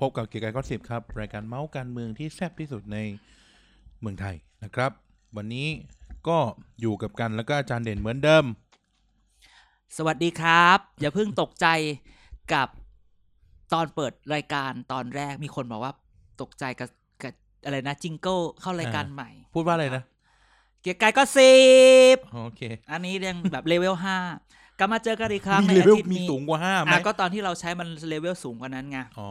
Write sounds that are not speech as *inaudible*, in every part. พบกับเกียร์กายก็สิบครับ รายการเมาส์การเมืองที่แซ่บที่สุดในเมืองไทยนะครับ วันนี้ก็อยู่กับกันแล้วก็อาจารย์เด่นเหมือนเดิม สวัสดีครับ อย่าเพิ่งตกใจกับตอนเปิดรายการตอนแรกมีคนบอกว่าตกใจกับกับอะไรนะจิงเกิลเข้ารายการ อ่า ใหม่ พูดว่าอะไรนะ เกียร์กายก็สิบ อ๋อโอเค อันนี้ยังแบบเลเวลห้ากลับมาเจอกันอีกครั้ง มี ใน เล อา เวล ทิตย์ มี นี้ สูงกว่าห้าไหม อ่ะก็ตอนที่เราใช้มันเลเวลสูงกว่านั้นไง อ๋อ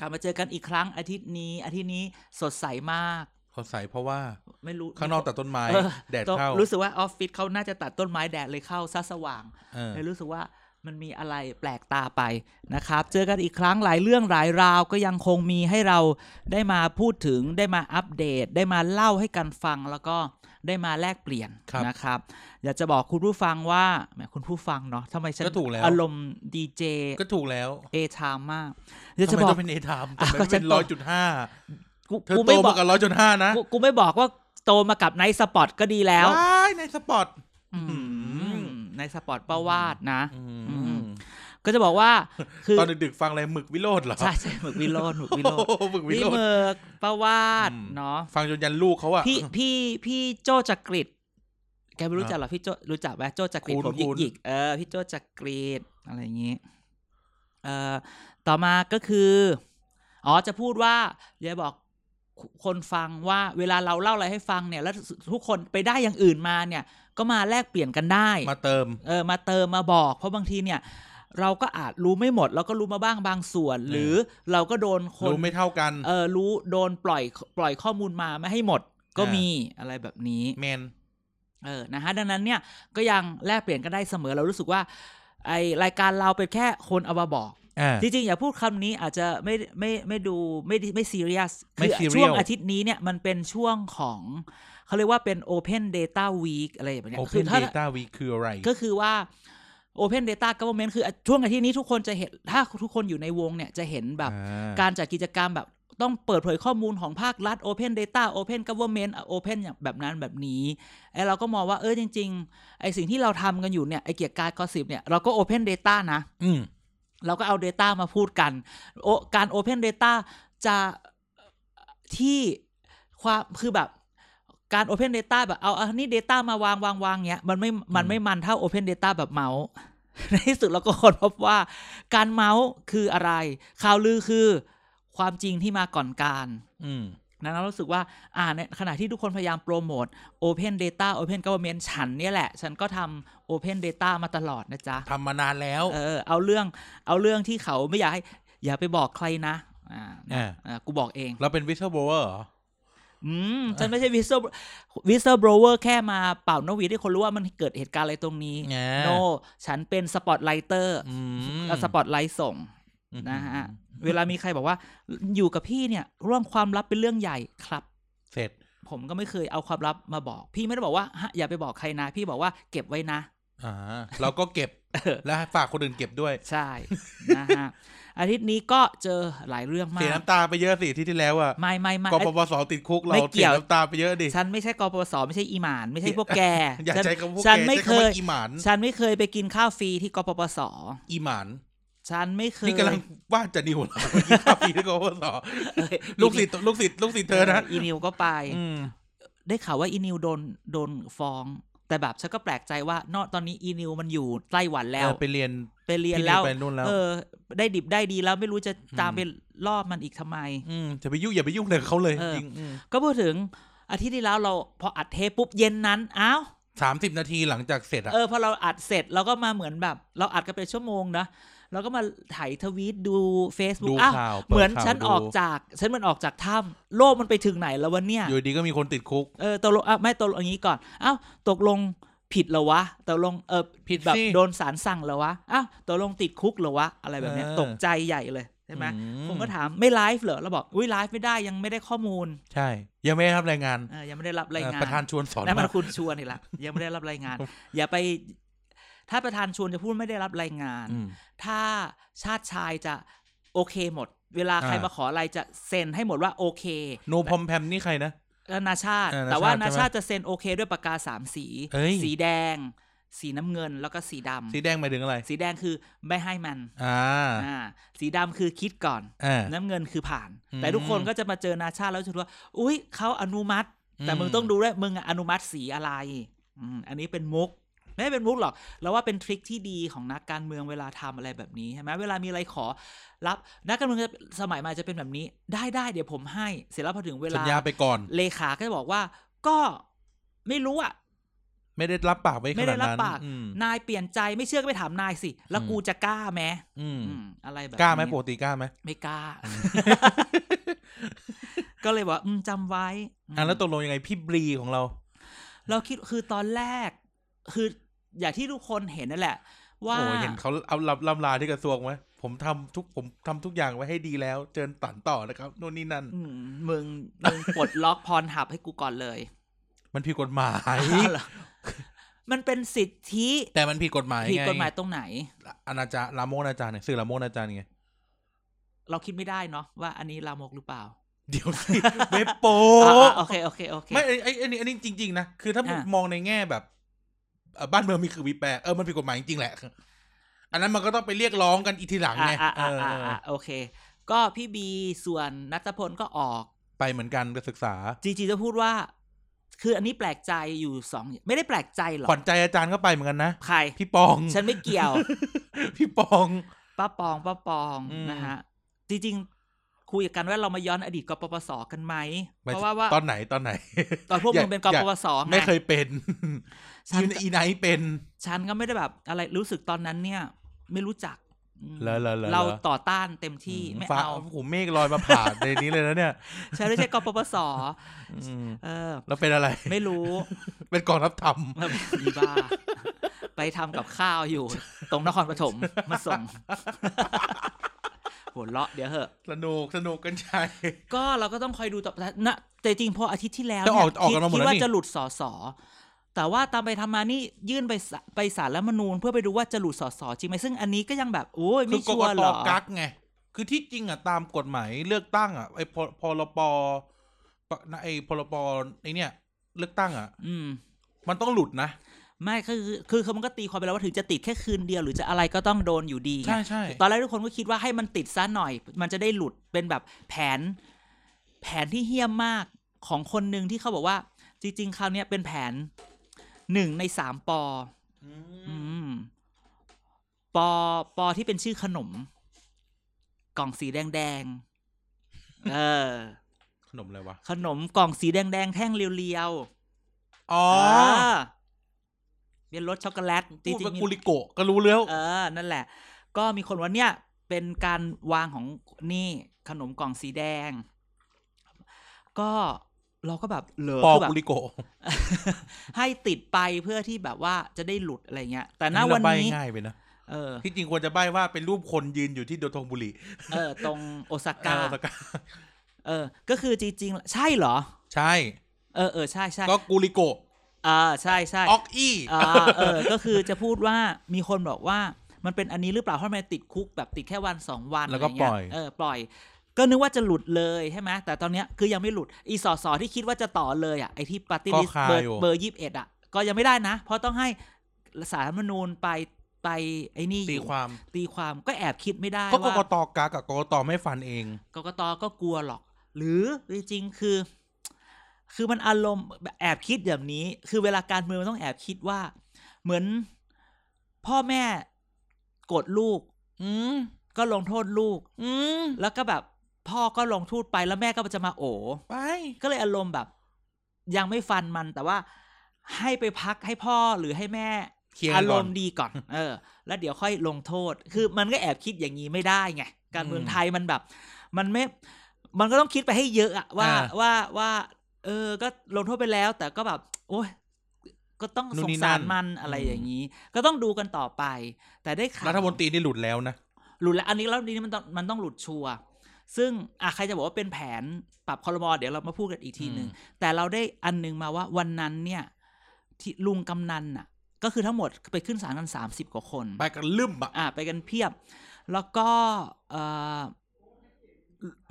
ก ลับมาเจอกันอีกครั้งอาทิตย์นี้ อาทิตย์นี้สดใสมาก เขาใส่เพราะว่า ไม่รู้ ข้างนอกตัดต้นไม้ เออ แดดเข้า รู้สึกว่าออฟฟิศเขาน่าจะตัดต้นไม้แดดเลยเข้าซะสว่าง เออ เลยรู้สึกว่ามันมีอะไรแปลกตาไปนะครับ เจอกันอีกครั้งหลายเรื่องหลายราวก็ยังคงมีให้เราได้มาพูดถึงได้มาอัปเดต ได้มาเล่าให้กันฟังแล้วก็ได้มาแลกเปลี่ยนนะครับ อยากจะบอกคุณผู้ฟังว่าแหมคุณผู้ฟังเนาะทำไมฉัน ก็ถูกแล้ว อารมณ์ดีเจ ก็ถูกแล้ว เอทามมากอยาก ทำ จะ ไม บอก ต้องเป็นเอทาม อ่ะ ทำไม ก็ ไม่ ฉั เป็น น โต ร้อยจุดห้า กู เธอ กู โต ไม่บอ มาก กับร้อยจุดห้านะ กูกูไม่บอกว่าโตมากับไนท์สปอตก็ดีแล้ว ว้ายในสปอร์ต อืม อืม ไนท์สปอตเป้าวาดนะ อืม อืม ก็จะบอกว่าคือ ตอนดึกๆฟังอะไรหมึกวิโรดเหรอ ใช่ใช่หมึกวิโรดหมึกวิโรด โอ้โหหมึกวิ พี่ โรด หมึกประวาด อืม เนาะ ฟังจนยันลูกเขาอะ พี่พี่พี่โจจักริดแกไม่รู้จักหรอพี่โจรู้จักไหมโจจักริด คุ้น ผมหยิ คุ้ ก น หยิกเออพี่โจจักริดอะไรอย่างงี้เอ่อต่อมาก็คืออ๋อจะพูดว่าเดี๋ยวบอกคนฟังว่าเวลาเราเล่าอะไรให้ฟังเนี่ย แล้วทุกคนไปได้อย่างอื่นมาเนี่ย ก็มาแลกเปลี่ยนกันได้ มาเติม เออมาเติมมาบอก เพราะบางทีเนี่ย เราก็อาจรู้ไม่หมด เราก็รู้มาบ้างบางส่วน เออ หรือเราก็โดนคน รู้ไม่เท่ากัน เออรู้โดนปล่อยปล่อยข้อมูลมาไม่ให้หมด ก็ อ่ามี มีอะไรแบบนี้ แมน เออ นะฮะ ดังนั้นเนี่ย ก็ยังแลกเปลี่ยนกันได้เสมอ เรารู้สึกว่า ไอรายการเราเป็นแค่คนเอามาบอก อ่า จริงๆ อย่าพูดคำนี้อาจจะไม่ไม่ไม่ดูไม่ได้ไม่ซีเรียส ไม่ คือ serial ช่วงอาทิตย์นี้เนี่ยมันเป็นช่วงของเขาเรียกว่าเป็น Open Data Week อะไรแบบเนี้ย Open Data Week คืออะไร ก็คือว่า Open Data Government คือช่วงอาทิตย์นี้ทุกคนจะเห็น ถ้าทุกคนอยู่ในวงเนี่ย จะเห็นแบบ อ่า การจัดกิจกรรมแบบต้องเปิดเผยข้อมูลของภาครัฐ Open Data Open Government Open อย่างแบบนั้นแบบนี้ไอเราก็มองว่าเออจริงๆไอสิ่งที่เราทำกันอยู่เนี่ยไอเกียรติกายกอสิบเนี่ยเราก็ Open Data นะ อืม เราก็เอา Data มาพูดกันโอการ Open Data จะที่ความคือแบบการ Open Data แบบเอาอันนี้ Data มาวางวางวางเนี้ยมันไม่มันไม่มันเท่า Open Data แบบเมาส์ *laughs* ในที่สุดเราก็ค้นพบว่าการเมาส์คืออะไร ข่าวลือคือความจริงที่มาก่อนการ อืม ดังนั้นเรารู้สึกว่า อ่าในขณะที่ทุกคนพยายามโปรโมท Open Data Open Government ฉันเนี่ยแหละ ฉันก็ทำ Open Data มาตลอดนะจ๊ะ ทำมานานแล้ว เออเอาเรื่องเอาเรื่องที่เขาไม่อยากให้อย่าไปบอกใครนะอ่า อ่า อ่ากูบอกเอง เราเป็น whistleblower เหรอ อืมฉันไม่ใช่วิสเซอร์วิสเซอร์บรเวอร์แค่มาเป่านกหวีดให้คนรู้ว่ามันเกิดเหตุการณ์อะไรตรงนี้ แง่ โนฉันเป็นสปอตไลเตอร์ อืม เอาสปอตไลท์ส่ง อืม นะฮะเวลามีใครบอกว่าอยู่กับพี่เนี่ยเรื่องความลับเป็นเรื่องใหญ่ครับ เสร็จ ผมก็ไม่เคยเอาความลับมาบอก พี่ไม่ได้บอกว่าฮะอย่าไปบอกใครนะ พี่บอกว่าเก็บไว้นะ อ่า เราก็เก็บ และฝากคนอื่นเก็บด้วย ใช่นะ *laughs* ฮะอาทิตย์นี้ก็เจอหลายเรื่องมา เสีย ก น้ำตาไปเยอะสิที่ที่แล้วอะ ไม่ไม่ไม่ กป ไอ้ ปสติดคุกเรา ไม่เกี่ เสี ย ยว น้ำตาไปเยอะดิ ฉันไม่ใช่กปปสไม่ใช่อีหมาน ไม่ใช่พวกแก *laughs* อย่า ฉัน ใช้คำพวกแก ฉัน ใช้ ไม่เค คำ ย ว่าอีหมาน ฉันไม่เคยไปกินข้าวฟรีที่กปปส อีหมาน ฉันไม่เคย นี่กำลัง *laughs* ว่าจะนิวเหรอเมื่อกี้ข้าปีที่กปปส เอ้ย ลูกศิษย์ลูกศิษย์ลูกศิษย์เธอนะ อีนิวก็ไป อืม ได้ข่าวว่าอีนิวโดนโดนฟ้อง แต่แบบฉันก็แปลกใจว่า นอกตอนนี้อีนิวมันอยู่ไต้หวันแล้ว เออไปเรียน ไปเรียน พี่นิ แล้ว ไปนู่นแล้ว เออ ได้ดิบได้ดีแล้วไม่รู้จะตามไปล่อมันอีกทำไม อืมจะไปยุ่งอย่าไปยุ่งเลยกับเขาเลย เออ จริงอืม ก็พูดถึงอาทิตย์ที่แล้วเราพออัดเทปปุ๊บเย็นนั้นอ้าว สามสิบนาทีหลังจากเสร็จอะ เออพอเราอัดเสร็จเราก็มาเหมือนแบบ เราอัดกันเป็นชั่วโมงนะเราก็มาไถ่ายทวีตดู ดู Facebook อ้าว ข่าวปิด เหมือน ข่าว ฉัน ดู ออกจาก ฉันเหมันออกจากถ้ำโลกมันไปถึงไหนแล้ววันเนี้ย อยู่ดีก็มีคนติดคุก เออตกลงอ่ะไม่ตกลงอย่างนี้ก่อนอ้าวตกลงผิดเหรอวะตกลงเออผิดแบบ สิ โดนสารสั่งเหรอวะอ้าวตกลงติดคุกเหรอวะอะไรแบบเนี้ย เออ ตกใจใหญ่เลย ใช่ไหม อื ผมก็ถามไม่ไลฟ์เหรอเราบอกอุ้ยไลฟ์ไม่ได้ยังไม่ได้ข้อมูล ใช่ ยังไม่ได้รับรายงาน เออยังไม่ได้รับราเอ่องยาน ประธานชวนสอน นั่นมัน มา คุณชวนอีกละยังไม่ได้รับรายงาน อย่าไป ถ้าประธานชวนจะพูดไม่ได้รับรายงาน อืม ถ้าชาติชายจะโอเคหมด เวลาใคร อ่าม มาขออะไรจะเซ็นให้หมดว่าโอเค โนพรหมแพมนี่ใครนะ แล้วนาชาติ เออนาชาติ แต่ว่า ใช่ไหม นาชาติจะเซ็นโอเค ด้วยปากกาสามสี เอ้ย สีแดง สีน้ำเงินแล้วก็สีดำ สีแดงหมายถึงอะไร สีแดงคือไม่ให้มัน อ่า อ่าสีดำคือคิดก่อน อ่า น้ำเงินคือผ่าน อืม แต่ทุกคนก็จะมาเจอนาชาติแล้วจะรู้ว่า อุ้ยเขาอนุมัติ แต่มึงต้องดูด้วยมึงอะอนุมัติสีอะไรอืมอันนี้เป็นมุก ไม่ได้เป็นมุกหรอก แล้วว่าเป็นทริคที่ดีของนักการเมืองเวลาทำอะไรแบบนี้ใช่ไหมเวลามีอะไรขอรับนักการเมืองจะสมัยใหมาจะเป็นแบบนี้ ได้ได้เดี๋ยวผมให้ เสร็จแล้วพอถึงเว สั ลา ญญาไปก่อน เลขาก็จะบอกว่า ก็ไม่รู้อ่ะ ไม่ได้รับปากไว้ข ไม่ นา ได้ ด รับ นั้น ปาก อืม นายเปลี่ยนใจไม่เชื่อก็ไปถามนายสิ แล้ว อืม กูจะกล้าไหม อืม อืมอะไรแบบ กล้าไหม นี้ ปกติกล้าไหม ไม่กล้า *laughs* ก็เลยบอกว่าอืมจำไว้ม อ่ะแล้วตกลงยังไงพี่บลีของเรา เราคิดคือตอนแรก คืออย่างที่ทุกคนเห็นนั่นแหละ ว่า โอ้เห็นเขาเอาลำลำลาที่กระทรวงไหมผมทำทุกผมทำทุกอย่างไว้ให้ดีแล้ว เจิญตันต่อนะครับโน่นนี่นั่น อืมมึงมึงปลดล็อกพรหับให้กูก่อนเลย มันผิดกฎหมาย เหรอมันเป็นสิทธิ แต่มันผิดกฎหมาย ผิด ไง กฎหมายตรงไหน อนาจารลามกอนาจารเนี่ยสื่อลามกอนาจารไง เราคิดไม่ได้เนาะว่าอันนี้ลามกหรือเปล่า เดี๋ยว *laughs* สิ เว็บโป อ่ะอ่ะโอเคโอเคโอเค ไม่ไอ้ไอ้ไอ้นี่อันนี้จริง ๆ นะ คือถ้า อ่ะ มองในแง่แบบเอ่อบ้านเมืองมีคือวิแปรเออมันผิดกฎหมายจริงๆแหละ อันนั้นมันก็ต้องไปเรียกร้องกันอีกทีหลัง อ่ะ ไง อ่ะอ่ะ เออ อ่ะอ่ะโอเค ก็พี่บีส่วนนัทพลก็ออก ไปเหมือนกันไปศึกษา จีจีจะพูดว่า คืออันนี้แปลกใจอยู่สองไม่ได้แปลกใจหรอก ขวัญใจอาจารย์ก็ไปเหมือนกันนะ ใคร พี่ปอง ฉันไม่เกี่ยว *laughs* พี่ปอง ป้าปองป้าปอง อืม นะฮะจริงๆ คุยกันว่าเรามาย้อนอดีตกปปสกันไหม หมย เพ ถึง ราะว่าว่า ตอนไหนตอนไหน ตอนพวก อย่า มึงเป็นก อย่า ปปสง ไม่เคยเป็น ฉัน อีไนท์เป็น ฉันก็ไม่ได้แบบ อะไรรู้สึกตอนนั้นเนี่ย ไม่รู้จักอืม เหรอเหรอเหรอ เราต่อต้านเต็มที่ไม่ ฟ้า เอา โอ้โหเมฆลอยมาผ่านในนี้เลยนะ *laughs* เนี่ย ฉันไม่ใช่กปปส อืม เออ แล้วเป็นอะไร *laughs* ไม่รู้ เป็นกองรับธรรม แบบอีบ้า ไปทำกับข้าวอยู่ ตรงนครปฐมมาส่ง *laughs* หัวเราะเดี๋ยวเหอะ สนุกสนุกกันใช่ *laughs* ก็เราก็ต้องคอยดูต่อแต่นะแต่จริงพออาทิตย์ที่แล้ว จะออก เนี่ย ออกกันมาหมด คิด แล้ว ว่า นี่ จะหลุดสอสอแต่ว่าตามไปทำมานี่ยื่นไปสไปสารรัฐธรรมนูญเพื่อไปดูว่าจะหลุดสอสอจริงไหมซึ่งอันนี้ก็ยังแบบโอ้ย คื ไม่ ก ชั ก วร์ ต หรอ กักไง คือที่จริงอ่ะตามกฎหมายเลือกตั้งอ่ะไอ้พพรปปะนะไอ้พรปไอ้เนี่ย เลือกตั้งอ่ะ อืม มันต้องหลุดนะ ไม่คือคือคือมันก็ตีความไปแล้วว่าถึงจะติดแค่คืนเดียวหรือจะอะไรก็ต้องโดนอยู่ดีไง ใช่ใช่ ตอนแรกทุกคนก็คิดว่าให้มันติดซะหน่อย มันจะได้หลุดเป็นแบบแผน แผนที่เฮี้ยมมากของคนหนึ่งที่เขาบอกว่า จริง ๆ คราวเนี้ยเป็นแผนหนึ่งในสามปอ อื อื ม มปอปอที่เป็นชื่อขนม กล่องสีแดงๆเออ ขนมอะไรวะ ขนมกล่องสีแดงๆแท่งเรียว อ๋อ ๆเออเป็นรสช็อกโกแลตจริพูดกับ งๆมี กูลิโกะก็รู้แล้ว เออ นั่นแหละ ก็มีคนว่าเนี่ยเป็นการวางของนี่ขนมกล่องสีแดง ก็เราก็แบบเหลือ ปอ คือแบบ กู ลิโกะ *laughs* ให้ติดไปเพื่อที่แบบว่าจะได้หลุดอะไรเงี้ย แต่ณ อั วัน เรใบ้ นี้ ง่ายไปนะ เออ ที่จริงควรจะใบ้ว่าเป็นรูปคนยืนอยู่ที่โดโทงบุรี เออ ตรงโอซาก้า เออแล้วก็ เออ ก็คือจริงๆใช่เหรอ ใช่ เออเออใช่ใช่ ก็กูลิโกะ อ่าใช่ใช่ ออกอี้ อ่าเออ ก็คือจะพูดว่ามีคนบอกว่ามันเป็นอันนี้หรือเปล่าเพราะมันติดคุกแบบติดแค่วันสองวัน แล้วก็ ะไรเงี้ ปล่อย เออปล่อย ก็นึกว่าจะหลุดเลยใช่ไหมแต่ตอนเนี้ยคือยังไม่หลุดอีสอสอที่คิดว่าจะต่อเลยอ่ะไอที่ปฏิริษเบอร์เบอร์ยี่สิบเอ็ดอ่ะก็ยังไม่ได้นะ เพราะต้องให้สารรัฐธรรมนูญไปไปไอ้นี่อ ตี ยู่ ความ ตีความก็แอบคิดไม่ได้ เพราะก ว่าก ตกากับกกตไม่ฟันเอง กกตก็กลัวหรอก หรือจริงๆคือ คือมันอารมณ์แอบคิดแบบนี้ คือเวลาการเมืองมันต้องแอบคิดว่า เหมือนพ่อแม่โกดลูก อืม ก็ลงโทษลูก อืม แล้วก็แบบพ่อก็ลงโทษไปแล้วแม่ก็จะมาโอ ไป ก็เลยอารมณ์แบบ ยังไม่ฟันมันแต่ว่าให้ไปพักให้พ่อหรือให้แม่ เคลียร์กั อาน ก่ ร อน มณ์ดีก่อน เออ แล้วเดี๋ยวค่อยลงโทษ คือมันก็แอบคิดอย่างนี้ไม่ได้ไงการเมือง อืม ไทยมันแบบ มันไม่ มันก็ต้องคิดไปให้เยอะอะว่า อ่า ว่าว่า เออ ก็ลงโทษไปแล้ว แต่ก็แบบ โอ้ยก็ต้อง นู่ ส น ง นี่ สาร นั่น มันอะไร อืม อย่างนี้ ก็ต้องดูกันต่อไป แต่ได้ข่าว รัฐมนตรีนี่หลุดแล้วนะ หลุดแล้วอันนี้แล้วนี้มันต้องมันต้องหลุดชัวร์ซึ่งอ่ะใครจะบอกว่าเป็นแผนปรับคอรมอเดี๋ยวเรามาพูดกันอีกทีหนึ่ง แต่เราได้อันหนึงมาว่าวันนั้นเนี่ย ที่ลุงกำนันน่ะ ก็คือทั้งหมดไปขึ้นศาลกันสามสิบกว่าคน ไปกันลืมอะ อ่าไปกันเพียบ แล้วก็เออ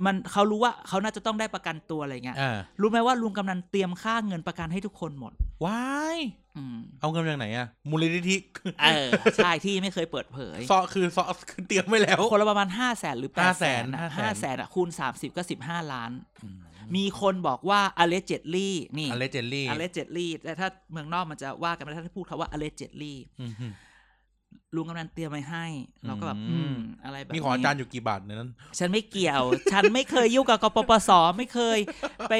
มันเขารู้ว่าเขาน่าจะต้องได้ประกันตัวอะไรเงี้ย อ่า รู้ไหมว่าลุงกำนันเตรียมค่าเงินประกันให้ทุกคนหมด วาย อืม เอาเงินมาจากไหนอะมูลนิธิ เออ ใช่ที่ไม่เคยเปิดเผย ซอคือซอคือเตรียมไว้แล้ว คนละประมาณห้าแสนหรือแปดแสน 500,000 ห้าแสนอ่ะคูณสามสิบก็สิบห้าล้าน มีคนบอกว่าอเลเจตลี่นี่ อเลเจนลี่ อเลเจตลี่แต่ถ้าเมืองนอกมันจะว่ากันไม่ได้ถ้าพูดคำว่าอเลเจตลี่ลุงกำนันเตรียมไว้ให้ เราก็แบบ อื อื ม มอะไรแบบ มีของอา นี้ จารย์อยู่กี่บาทในนั้น ฉันไม่เกี่ยว ฉันไม่เคยยุ่งกับกปปส ไม่เคย ไป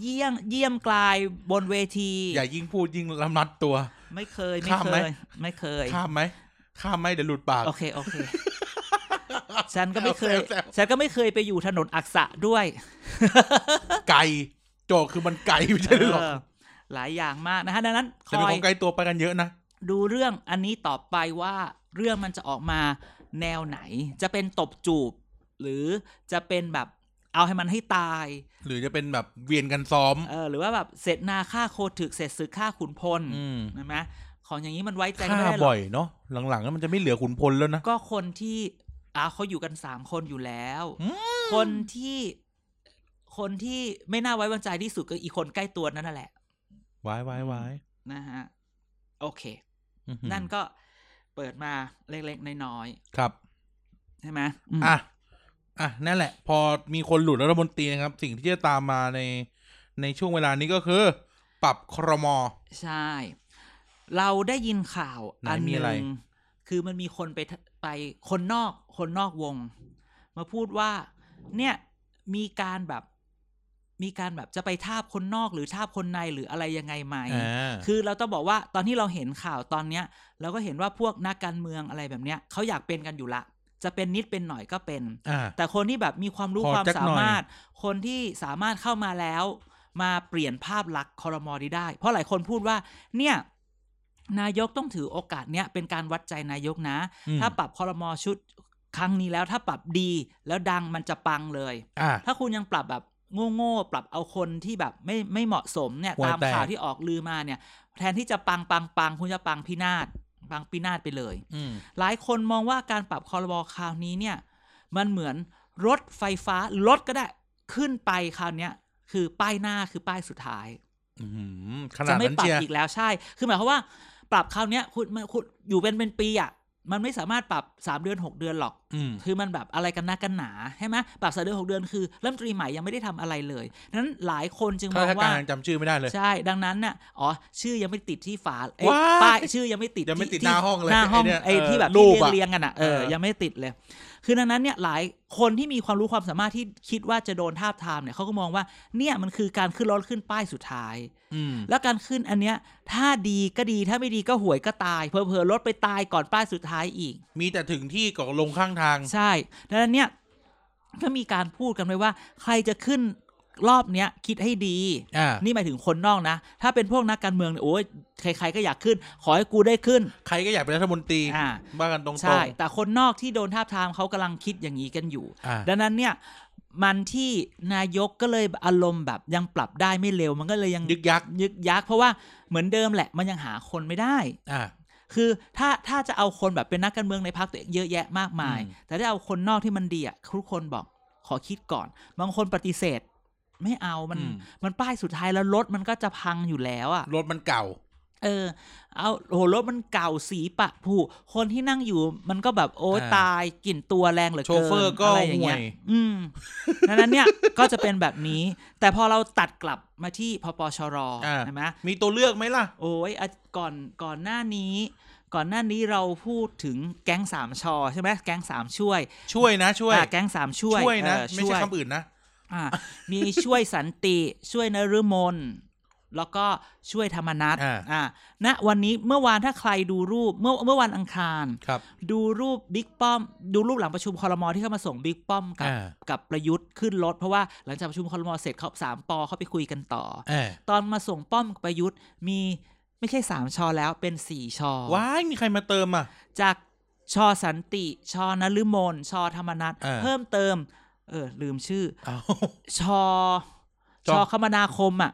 เยี่ยมเยี่ยมกลายบนเวที อย่ายิ่งพูดยิ่งลำรัดตัว ไม่เคย ไม่ ข้าม เค ไหม ย ไม่เคย ข้ามไหมข้ามไหมเดี๋ยวหลุดปาก โอเค โอ *laughs* เค ฉันก็ไม่เคย แซวแซว ฉันก็ไม่เคยไปอยู่ถนนอักษะด้วย ไกลโจกคือมันไกลไม่ใช่หรอก เออ หลายอย่างมากนะฮะ ดังนั้นค แต่เป็น อ ข ย องไกลตัวไปกันเยอะนะ ดูเรื่องอันนี้ต่อไปว่าเรื่องมันจะออกมาแนวไหน จะเป็นตบจูบ หรือจะเป็นแบบเอาให้มันให้ตาย หรือจะเป็นแบบเวียนกันซ้อม เออ หรือว่าแบบเสร็จนาฆ่าโคถึกเสร็จศึกฆ่าขุนพล อืม ใช่ไหมของอย่างนี้มันไว้ใจกัน ฆ่า ไม่ได้หร บ่ อก อยเนาะหลังๆแล้วมันจะไม่เหลือขุนพลแล้วนะ ก็คนที่อ่าเขาอยู่กันสามคนอยู่แล้ว คนที่ คนที่ไม่น่าไว้วางใจที่สุดก็อีกคนใกล้ตัวนั่นนะแหละ วายวายวาย นะฮะ โอเค อื้อหือ นั่นก็เปิดมาเล็กๆน้อย ครับ ๆใช่ไหมอืม อ่ะ อ่ะ นั่นแหละ พอมีคนหลุดรัฐมนตรีนะครับ สิ่งที่จะตามมาในในช่วงเวลานี้ก็คือ ปรับครม ใช่ เราได้ยินข่าว ไหน อันห มีอะไร นึ่งคือมันมีคนไปทไปคนนอกคนนอกวง มาพูดว่า เนี่ยมีการแบบ มีการแบบจะไปทาบคนนอกหรือทาบคนในหรืออะไรยังไงไหม อ่า คือเราต้องบอกว่าตอนที่เราเห็นข่าวตอนเนี้ยเราก็เห็นว่าพวกนักการเมืองอะไรแบบเนี้ยเขาอยากเป็นกันอยู่ละ จะเป็นนิดเป็นหน่อยก็เป็น อ่า แต่คนที่แบบมีความรู้ ขอ ความ จัก สา หน่อย มารถ คนที่สามารถเข้ามาแล้ว มาเปลี่ยนภาพลักษณ์คอรมอดีได้ เพราะหลายคนพูดว่า เนี่ย นายกต้องถือโอกาสเนี้ยเป็นการวัดใจนายกนะ อืม ถ้าปรับคอรมอชุดครั้งนี้แล้วถ้าปรับดีแล้วดังมันจะปังเลย อ่า ถ้าคุณยังปรับแบบโง่ๆปรับเอาคนที่แบบไม่ไม่เหมาะสมเนี่ย หัว ตาม แตก ข่าวที่ออกลือมาเนี่ย แทนที่จะปังปังปังคุณจะปังพินาศปังพินาศไปเลย อืม หลายคนมองว่าการปรับคอรมอคราวนี้เนี่ย มันเหมือนรถไฟฟ้ารถก็ได้ขึ้นไปคราวเนี้ยคือป้ายหน้าคือป้ายสุดท้าย อื้อหือขนา จะ ด ไม่ นั้น ปรับ เชียร์ อีกแล้วใช่ คือหมายความว่า ปรับคราวเนี้ยคุณมันคุณอยู่เป็นเป็นปีอ่ะมันไม่สามารถปรับสามเดือนหกเดือนหรอก อืม คือมันแบบอะไรกันนักกันหนาใช่ไหมปรับสามเดือนหกเดือนคือรัฐมนตรีใหม่ยังไม่ได้ทำอะไรเลยดังนั้นหลายคนจึงม ข้า อง ราชกา ว่าร ยังจำชื่อไม่ได้เลย ใช่ดังนั้นน่ะอ๋อชื่อยังไม่ติดที่ฝาเอ้ย ว้าย ป้ายชื่อยังไม่ติด ยังไม่ติด ที่ หน้าห้องเลย หน้าห้อง ไอ้เนี่ย ไอ้ที่แบบ รู ที่ ปอะ เรียงๆกันอ่ะเออ เออ ยังไม่ติดเลย คือดังนั้นเนี่ยหลายคนที่มีความรู้ความสามารถที่คิดว่าจะโดนทาบทามเนี่ยเขาก็มองว่าเนี่ยมันคือการขึ้นรถขึ้นป้ายสุดท้าย อืม แล้วการขึ้นอันเนี้ยถ้าดีก็ดีถ้าไม่ดีก็หวยก็ตายเพอเพอๆรถไปตายก่อนป้ายสุดท้ายอีก มีแต่ถึงที่ก็ลงข้างทาง ใช่ดังนั้นเนี่ยก็มีการพูดกันไว้ว่า ใครจะขึ้นรอบเนี้ยคิดให้ดี อ่า นี่หมายถึงคนนอกนะ ถ้าเป็นพวกนักการเมืองเนี่ยโอ้ยใครๆก็อยากขึ้น ขอให้กูได้ขึ้น ใครก็อยากเป็นรัฐมนตรี อ่า บ้ากันตรง ใช่ แต่คนนอกที่โดนทาบทามเขากำลังคิดอย่างนี้กันอยู่ ๆอ่า ดังนั้นเนี่ยมันที่นายกก็เลยอารมณ์แบบยังปรับได้ไม่เร็วมันก็เลยยัง ยึกยัก ยึกยัก เพราะว่าเหมือนเดิมแหละมันยังหาคนไม่ได้ อ่า คือถ้าถ้าจะเอาคนแบบเป็นนักการเมืองในพรรคตัวเองเยอะแยะมากมาย อืม แต่ถ้าเอาคนนอกที่มันดีอ่ะทุกคนบอกขอคิดก่อน บางคนปฏิเสธ ไม่เอามันมันป้ายสุดท้ายแล้วรถมันก็จะพังอยู่แล้วอ่ะ รถมันเก่า เออ เอาโหรถมันเก่าสีปะผุคนที่นั่งอยู่ มันก็แบบโอ้ อ่า ตายกลิ่นตัวแรงเหลือเกิน โชเฟอร์ก็ อะไรอย่างเงี้ย ห่วย อืมดังนั้นเนี่ย ก็จะเป็นแบบนี้ แต่พอเราตัดกลับมาที่พปชร อ่า ใช่ไหม มีตัวเลือกไหมล่ะ โอ้ยอ่ะก่อนก่อนหน้านี้ ก่อนหน้านี้เราพูดถึงแก๊งสามชอใช่ไหมแก๊งสามช่วย ช่วยนะ ช่วย อ่ะแก๊งสามช่วย ช่วยนะ เออ ไม่ใช่คำอื่นนะ อ่ะมีช่วยสันติช่วยนฤมลแล้วก็ช่วยธรรมนัต อ่า อ่ะณวันนี้เมื่อวานถ้าใครดูรูปเมื่อเมื่อวันอังคาร ครับ ดูรูปบิ๊กป้อม ดูรูปหลังประชุมคอรมอที่เข้ามาส่งบิ๊กป้อมกับ อ่า กับประยุทธ์ขึ้นรถเพราะว่าหลังจากประชุมคอรมอเสร็จเขาสามปอเขาไปคุยกันต่อ เออ ตอนมาส่งป้อมกับประยุทธ์มีไม่ใช่สามชอแล้วเป็นสี่ชอ ว้ายมีใครมาเติมอ่ะ จาก ชอสันติ ชอนฤมลชอธรรมนัฐ อ่า เพิ่มเติม เออ ลืมชื่อ เอา ชอ จ ช อ อคมนาคมอ่ะ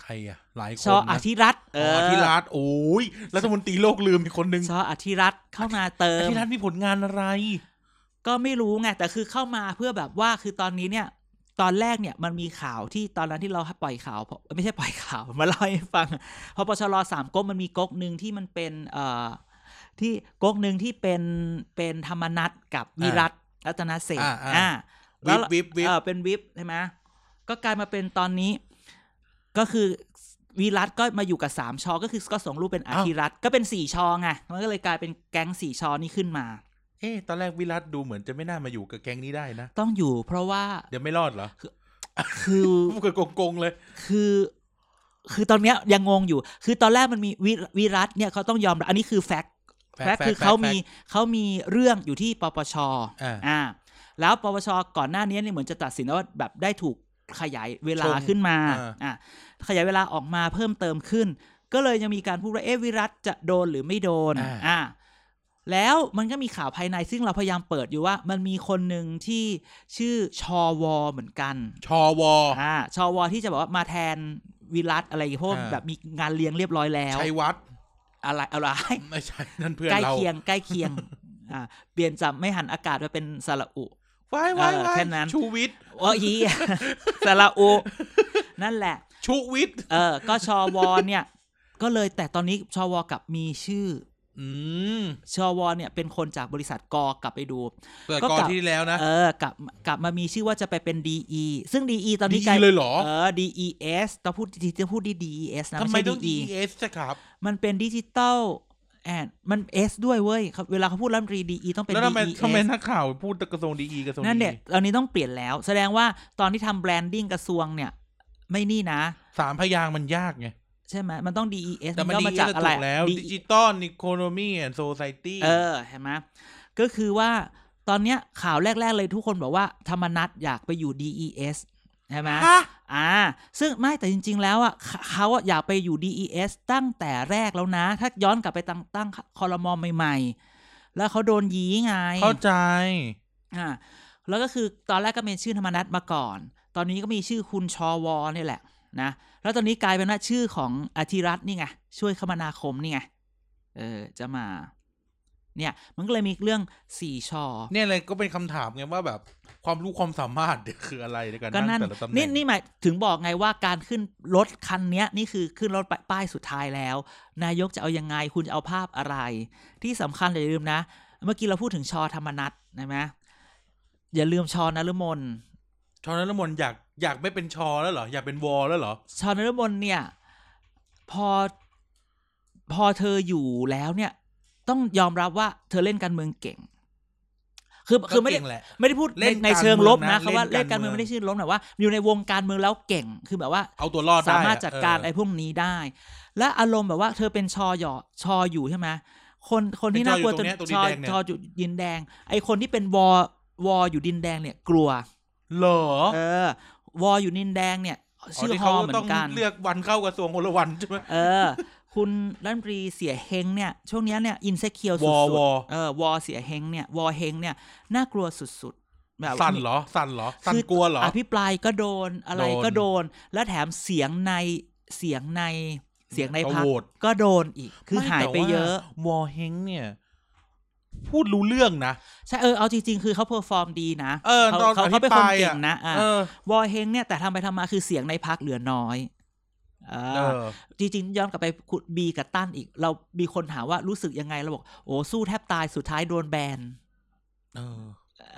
ใครอะหลายคน ชออ นะ ธิรัตน์เอ อ๋ อ อ อ ธิรัตน์โอ้ยรัฐมนตรีโลกลืมอีกคนนึง ชออธิรัตน์เข้ามาเติ อ ม ธิรัตน์มีผลงานอะไร ก็ไม่รู้ไงแต่คือเข้ามาเพื่อแบบว่าคือตอนนี้เนี่ย ตอนแรกเนี่ยมันมีข่าวที่ตอนนั้นที่เราปล่อยข่าวไม่ใช่ปล่อยข่าว *laughs* มาเล่าให้ฟังพอปชรสามก๊กมันมีก๊กหนึ่งที่มันเป็นเอ่อที่ก๊กหนึ่งที่เป็นเป็นธรรมนัตกับวิรัตรัตนเศรษฐ์ อ่าอ่า อ่า วิ แล้ว บวิบวิบ เออเป็นวิบใช่ไหมก็กลายมาเป็นตอนนี้ ก็คือวิรัตก็มาอยู่กับสามชอ ก็คือก็ส่งรูปเป็นอธิรัตก็เป็นสี่ชอไงมันก็เลยกลายเป็นแก๊งสี่ชอนี่ขึ้นมา เอ๊ะตอนแรกวิรัตดูเหมือนจะไม่น่ามาอยู่กับแก๊งนี้ได้นะ ต้องอยู่เพราะว่า เดี๋ยวไม่รอดเหรอ คือ พูดกันโกงๆเลย คือ คือตอนเนี้ยยังงงอยู่ คือตอนแรกมันมีวิวิรัตเนี่ยเขาต้องยอมรับอันนี้คือแฟกต์แฟก fact ต์คือ fact เขา fact มีเขามีเรื่องอยู่ที่ปปช อ่า อ่า แล้วปปชก่อนหน้านี้เนี่ยเหมือนจะตัดสินแล้วว่าแบบได้ถูกขยายเวลา ชง ขึ้นมา อ่า อ่าขยายเวลาออกมาเพิ่มเติมขึ้น ก็เลยยังมีการพูดว่าเอ๊ะวิรัตจะโดนหรือไม่โดน อ่า อ่า แล้วมันก็มีข่าวภายในซึ่งเราพยายามเปิดอยู่ว่า มันมีคนหนึ่งที่ชื่อชอวอเหมือนกัน ชอวอ อ่าชอวอที่จะบอกว่ามาแทนวิรัตอะไรอย่างเงี้ยเพราะว่า อ่า แบบมีงานเลี้ยงเรียบร้อยแล้ว ชัยวัฒน์ อะไรอะไร ไม่ใช่นั่นเพื่อน ใกล้ เรา เคียงใกล้เคียง อ่าเปลี่ยนจากไม่หันอากาศมาเป็นสระอุ ไว้ไว้เอไว้อแค่นั้น ชูวิทย์ โอ้ยอียสระอุ นั่นแหละ ชูวิทย์ เออ ก็ชอวอเนี่ย ก็เลยแต่ตอนนี้ชอวอกลับมีชื่อ อืม ชอวอเนี่ยเป็นคนจากบริษัทกอกลับไปดู เปิด ก็ กอก ลับ ที่แล้วนะ เออกลับกลับมามีชื่อว่าจะไปเป็นดีซึ่งดีตอน ดี นี้กลาย เลยเหรอ เออดีเอสต้องพูดดีต้องพูดดีดีเอสนะ ทำ ไม่ ไม ใช่ ต้ ดี อง อี DES จะครับ มันเป็นดิจิตอลแอนมันเอสด้วยเว้ยเขาเวลาเขาพูดรัฐมนตรีดีอีต้องเป็น แล้ว ดี ทำไม อี ทำไม เอส นักข่าวพูดแต่กระทรวงดีอีกระทรวง นั่นเนี่ย DE ตอนนี้ต้องเปลี่ยนแล้ว แสดงว่าตอนที่ทำแบรนดิ้งกระทรวงเนี่ย ไม่นี่นะ สามพยางค์มันยากไง ใช่ไหมมันต้อง DES แต่มัน ย่อ ดี มา จะถูกแล้ว ดี ดิจิตอลอีโคโนมีแอนด์โซซตี้ เออเห็นไหมก็คือว่าตอนเนี้ยข่าวแรก ๆ เลยทุกคนบอกว่า ธรรมนัตอยากไปอยู่ DES ใช่ไหม ฮะ อ่า ซึ่งไม่แต่จริง ๆ แล้วอ่ะเขเขาอะอยากไปอยู่ DES ตั้งแต่แรกแล้วนะ ถ้าย้อนกลับไปตั้งตั้งคอรมอใหม่ ๆ แล้วเขาโดนยีไง เข้าใจ อ่าแล้วก็คือตอนแรกก็เป็นชื่อธรรมนัตมาก่อน ตอนนี้ก็มีชื่อคุณชอวอเนี่ยแหละนะแล้วตอนนี้กลายเป็นว่าชื่อของอธิรัตน์นี่ไงช่วยคมนาคมนี่ไงเออจะมา เนี่ยมันก็เลยมีเรื่องสี่ชอ เนี่ยเลยก็เป็นคำถามไงว่าแบบความรู้ความสามารถเนี่ยคืออะไรในการ ก็นั่น งแต่ละตำแห นี่ น่ง นี่หมายถึงบอกไงว่าการขึ้นรถคันเนี้ย นี่คือขึ้นรถไปป้ายสุดท้ายแล้ว นายกจะเอายังไงคุณจะเอาภาพอะไร ที่สำคัญอย่าลืมนะ เมื่อกี้เราพูดถึงชอธรรมนัฐใช่ไหมอย่าลืมชอนฤมล ชอนนรมนอยากอยากไม่เป็นชอแล้วเหรอ อยากเป็นวอแล้วเหรอ ชอนฤมลเนี่ย พอ พอเธออยู่แล้วเนี่ย ต้องยอมรับว่าเธอเล่นการเมืองเก่ง คือคือไม่ได้ ก็เก่งแหละ ไม่ได้พูด เล่น ในใน การ เชิงลบ เมือง นะ นะ คำว่า เล่ เล่ น น กา การ ร เมื เมื อ อง งไม่ได้ชื่อล้มแต่ว่า อยู่ในวงการเมืองแล้วเก่งคือแบบว่า เอาตัวรอดได้ สามารถจัดการ เ ไอ้พวกนี้ได้ และอารมณ์แบบว่าเธอเป็นชอหยอชออยู่ใช่ไหมคนคนที่ เป็นชอ น่ากลัว อยู่ตรงเนี้ยตรงดิ ชอนแดงเนี่ย ชออยู่ดินแดง ไอ้คนที่เป็นวอวออยู่ดินแดงเนี่ยกลัว เหรอ เออ วออยู่ดินแดงเนี่ยชื่อ ที่ ฮ เขา อเหมื ต้ อ อง นกัน เลือกวันเข้ากระทรวงคนละวันใช่ไหม เออ คุณรัฐมนตรีเสียเฮงเนี่ย ช่วงเนี้ยเนี่ยอินเซเคียวสุด วอวอ ๆเออวอเสียเฮงเนี่ยวอเฮงเนี่ยน่ากลัวสุดๆแบบว่า สั่นเหรอ สั่นเหรอ สั่นกลัวเหรอ อภิปรายก็โดนอะไรก็ โด โดน และแถมเสียงในเสียงในเสียงใน ก็ พัก โหวต ก็โดนอีก คือ ไม่ หายไปเยอะ แต่ว่าวอเฮงเนี่ย พูดรู้เรื่องนะ ใช่เออเอาจริง ๆ คือเขาเพอร์ฟอร์มดีนะ เออตอน เขาเขาเป็นคน อภิปราย เก่ อะ งนะอ่ะ เออ วอเฮงเนี่ยแต่ทำไปทำมาคือเสียงในพักเหลือน้อยอ่า เออ จริงๆย้อนกลับไปขุดบีกับตั้นอีก เรามีคนถามว่ารู้สึกยังไงเราบอกโอ้สู้แทบตายสุดท้ายโดนแบน เออ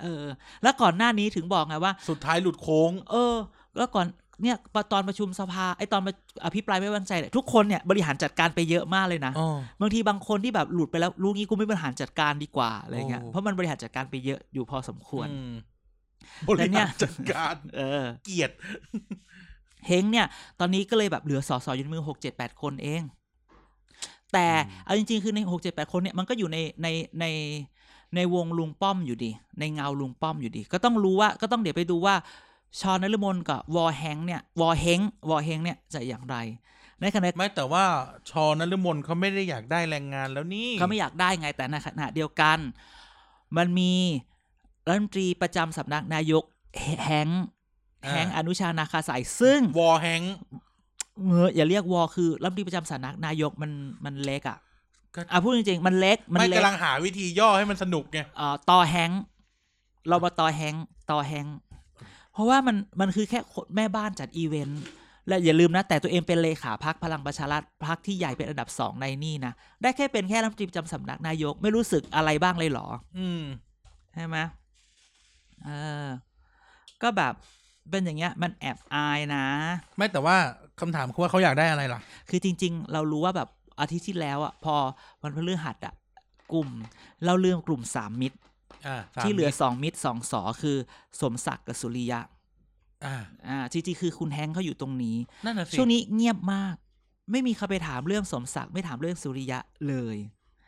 เออ แล้วก่อนหน้านี้ถึงบอกไงว่า สุดท้ายหลุดโค้ง เออ แล้วก่อนเนี่ยตอนประชุมสภาไอตอนประอภิปรายไม่ไว้วางใจเนี่ยทุกคนเนี่ยบริหารจัดการไปเยอะมากเลยนะ อ๋อ บางทีบางคนที่แบบหลุดไปแล้วรู้งี้กูไม่บริหารจัดการดีกว่าอะไรเงี้ย โอ้ เพราะมันบริหารจัดการไปเยอะอยู่พอสมควร อืมบ แต่ ริ เนี่ หาย รจัดการ เออ เกลียด เฮงเนี่ย ตอนนี้ก็เลยแบบเหลือสอสออยู่ในมือหกเจ็ดแปดคนเอง แต่เอาจริงๆ คือในหกเจ็ดแปดคนเนี่ยมันก็อยู่ในในในในวงลุงป้อมอยู่ดี ในเงาลุงป้อมอยู่ดี ก็ต้องรู้ว่าก็ต้องเดี๋ยวไปดูว่า ชอนนฤมลกับวอแฮงค์เนี่ยวอแฮงค์วอแฮงค์เนี่ยจะอย่างไร ในขณะ ไม่แต่ว่าชอนฤมลเขาไม่ได้อยากได้แรงงานแล้วนี่ เขาไม่อยากได้ไงแต่ในขณะเดียวกัน มันมีรัฐมนตรีประจำสำนักนายกแฮงค์แฮงค์อนุชานาคาสายซึ่ง วอแฮงค์ เอออย่าเรียกวอคือรัฐมนตรีประจำสำนักนายกมันมันเล็กอ่ะ ก็ อ่ะพูดจริงๆ มันเล็กมัน ไม่ เล็ก กำลังหาวิธีย่อให้มันสนุกไง เอ่อตอแฮงค์เรามาตอแฮงค์ตอแฮงค์เพราะว่ามันมันคือแค่คนแม่บ้านจัดอีเวนต์และอย่าลืมนะ แต่ตัวเองเป็นเลขาพักพลังประชารัฐพักที่ใหญ่เป็นอันดับสองในนี่นะ ได้แค่เป็นแค่รัฐมนตรีประจำสำนักนายกไม่รู้สึกอะไรบ้างเลยเหรอ อืม ใช่ไหมเออ ก็แบบเป็นอย่างเงี้ย มันแอบอายนะ ไม่แต่ว่าคำถามคือว่าเขาอยากได้อะไรล่ะ คือจริง ๆ เรารู้ว่าแบบอาทิตย์ที่แล้วอ่ะพอวันพฤหัสอ่ะกลุ่ม เราเรื่องกลุ่มสามมิตร อ่าสาม ที่เหลือสองมิตรสองสอคือ สมศักดิ์กับสุริยะ อ่า อ่าจริงๆคือคุณแฮงค์เขาอยู่ตรงนี้ นั่นน่ะสิ ช่วงนี้เงียบมาก ไม่มีใครไปถามเรื่องสมศักดิ์ไม่ถามเรื่องสุริยะเลย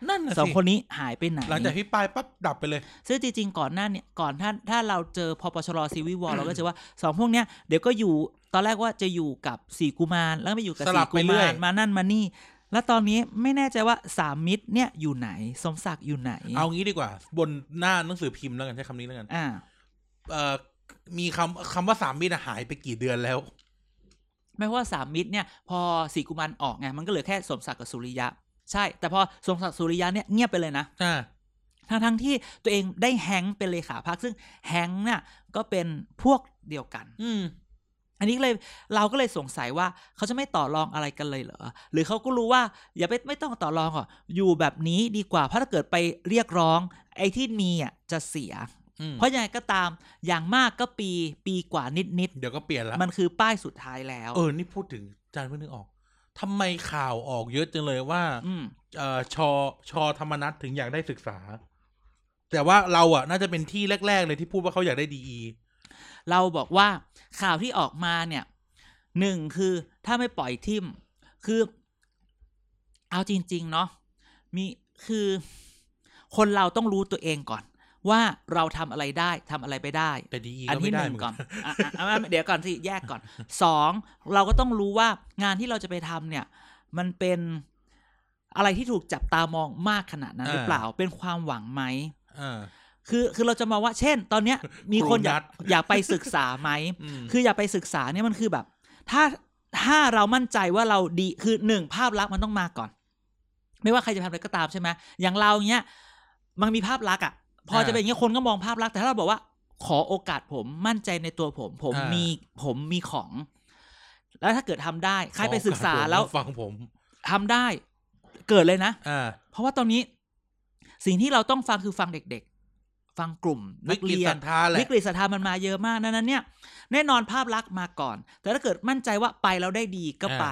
นั่นน่ะ สอง สิ คนนี้หายไปไหน หลังจากพี่ปลายปั๊บดับไปเลย ซึ่งจริงๆก่อนหน้าเนี่ยก่อนถ้าถ้าเราเจอพอปชรซีวิวอลเราก็จะว่าสองพวกเนี้ยเดี๋ยวก็อยู่ตอนแรกว่าจะอยู่กับสี่กุมารแล้วก็ไม่อยู่กับ สลั สี่ บไป กุ เรื่ มา อย รมานั่นมานี่ แล้วตอนนี้ไม่แน่ใจว่าสามมิตรเนี่ยอยู่ไหน สมศักดิ์อยู่ไหน เอางี้ดีกว่า บนหน้าหนังสือพิมพ์แล้วกันใช้คำนี้แล้วกัน อ่า เอ่อมีคำคำว่าสามมิตรอะหายไปกี่เดือนแล้ว ไม่ว่าสามมิตรเนี่ยพอสี่กุมารออกไงมันก็เหลือแค่สมศักดิ์กับสุริยะ ใช่ แต่พอสมศักดิ์สุริยะเนี่ยเงียบไปเลยนะ อ่า ทั้งทั้งๆที่ตัวเองได้แฮงค์เป็นเลขาพักซึ่งแฮงค์เนี่ยก็เป็นพวกเดียวกัน อืม อันนี้ก็เลยเราก็เลยสงสัยว่าเขาจะไม่ต่อรองอะไรกันเลยเหรอ หรือเขาก็รู้ว่าอย่าไปไม่ต้องต่อรองหรอ่ะอยู่แบบนี้ดีกว่า เพราะถ้าเกิดไปเรียกร้อง ไอ้ที่มีอ่ะจะเสีย อืม เพราะยังไงก็ตามอย่างมากก็ปีปีกว่านิด เดี๋ยวก็เปลี่ยนละ ๆ มันคือป้ายสุดท้ายแล้ว เออ นี่พูดถึงอาจารย์เพิ่งนึกออกทำไมข่าวออกเยอะจังเลยว่า ม เอ่อชอชอธรรมนัตถึงอยากได้ศึกษา แต่ว่าเราอ่ะ น่าจะเป็นที่แรก ๆ เลยที่พูดว่าเขาอยากได้ดีอี เราบอกว่าข่าวที่ออกมาเนี่ยหนึ่งคือถ้าไม่ปล่อยทิมคือ เอาจริง ๆ เนาะมีคือ คนเราต้องรู้ตัวเองก่อน ว่าเราทำอะไรได้ทำอะไรไปได้ แต่ดีอี อัน ก็ ที่หไม่ได้ นึ่ เห ง มือน ก่ กั อน น อ่ะอ่ะอ่ะเดี๋ยวก่อนสิแยกก่อน สองเราก็ต้องรู้ว่างานที่เราจะไปทำเนี่ย มันเป็นอะไรที่ถูกจับตามองมากขนาดนั้นหรือเปล่าเป็นความหวังไหม อ่า คือคือเราจะมองว่า เช่น ตอนเนี้ย มีคนอยาก ครูนัท อยากไปศึกษาไหม อืม คืออยากไปศึกษาเนี่ยมันคือแบบ ถ้าถ้าเรามั่นใจว่าเราดีคือหนึ่งภาพลักษณ์มันต้องมาก่อน ไม่ว่าใครจะทำอะไรก็ตามใช่ไหมอย่างเราเนี้ยมันมีภาพลักษณ์อ่ะ พอจะเป็นอย่างเงี้ยคนก็มองภาพลักษณ์แต่ถ้าเราบอกว่า ขอโอกาสผมมั่นใจในตัวผม ผมมีผมมีของ แล้วถ้าเกิดทำได้ ใครไปศึกษาแล้ว ฟังผม ทำได้ เกิดเลยนะ อ่า เพราะว่าตอนนี้ สิ่งที่เราต้องฟังคือฟังเด็กๆ ฟังกลุ่มนั วิ ก กฤต เรีย ศรั น ทธาแหละ วิกฤตศรัทธามันมาเยอะมากดังนั้นเนี่ย แน่นอนภาพลักษณ์มาก่อน แต่ถ้าเกิดมั่นใจว่าไปแล้วได้ดีก็ไป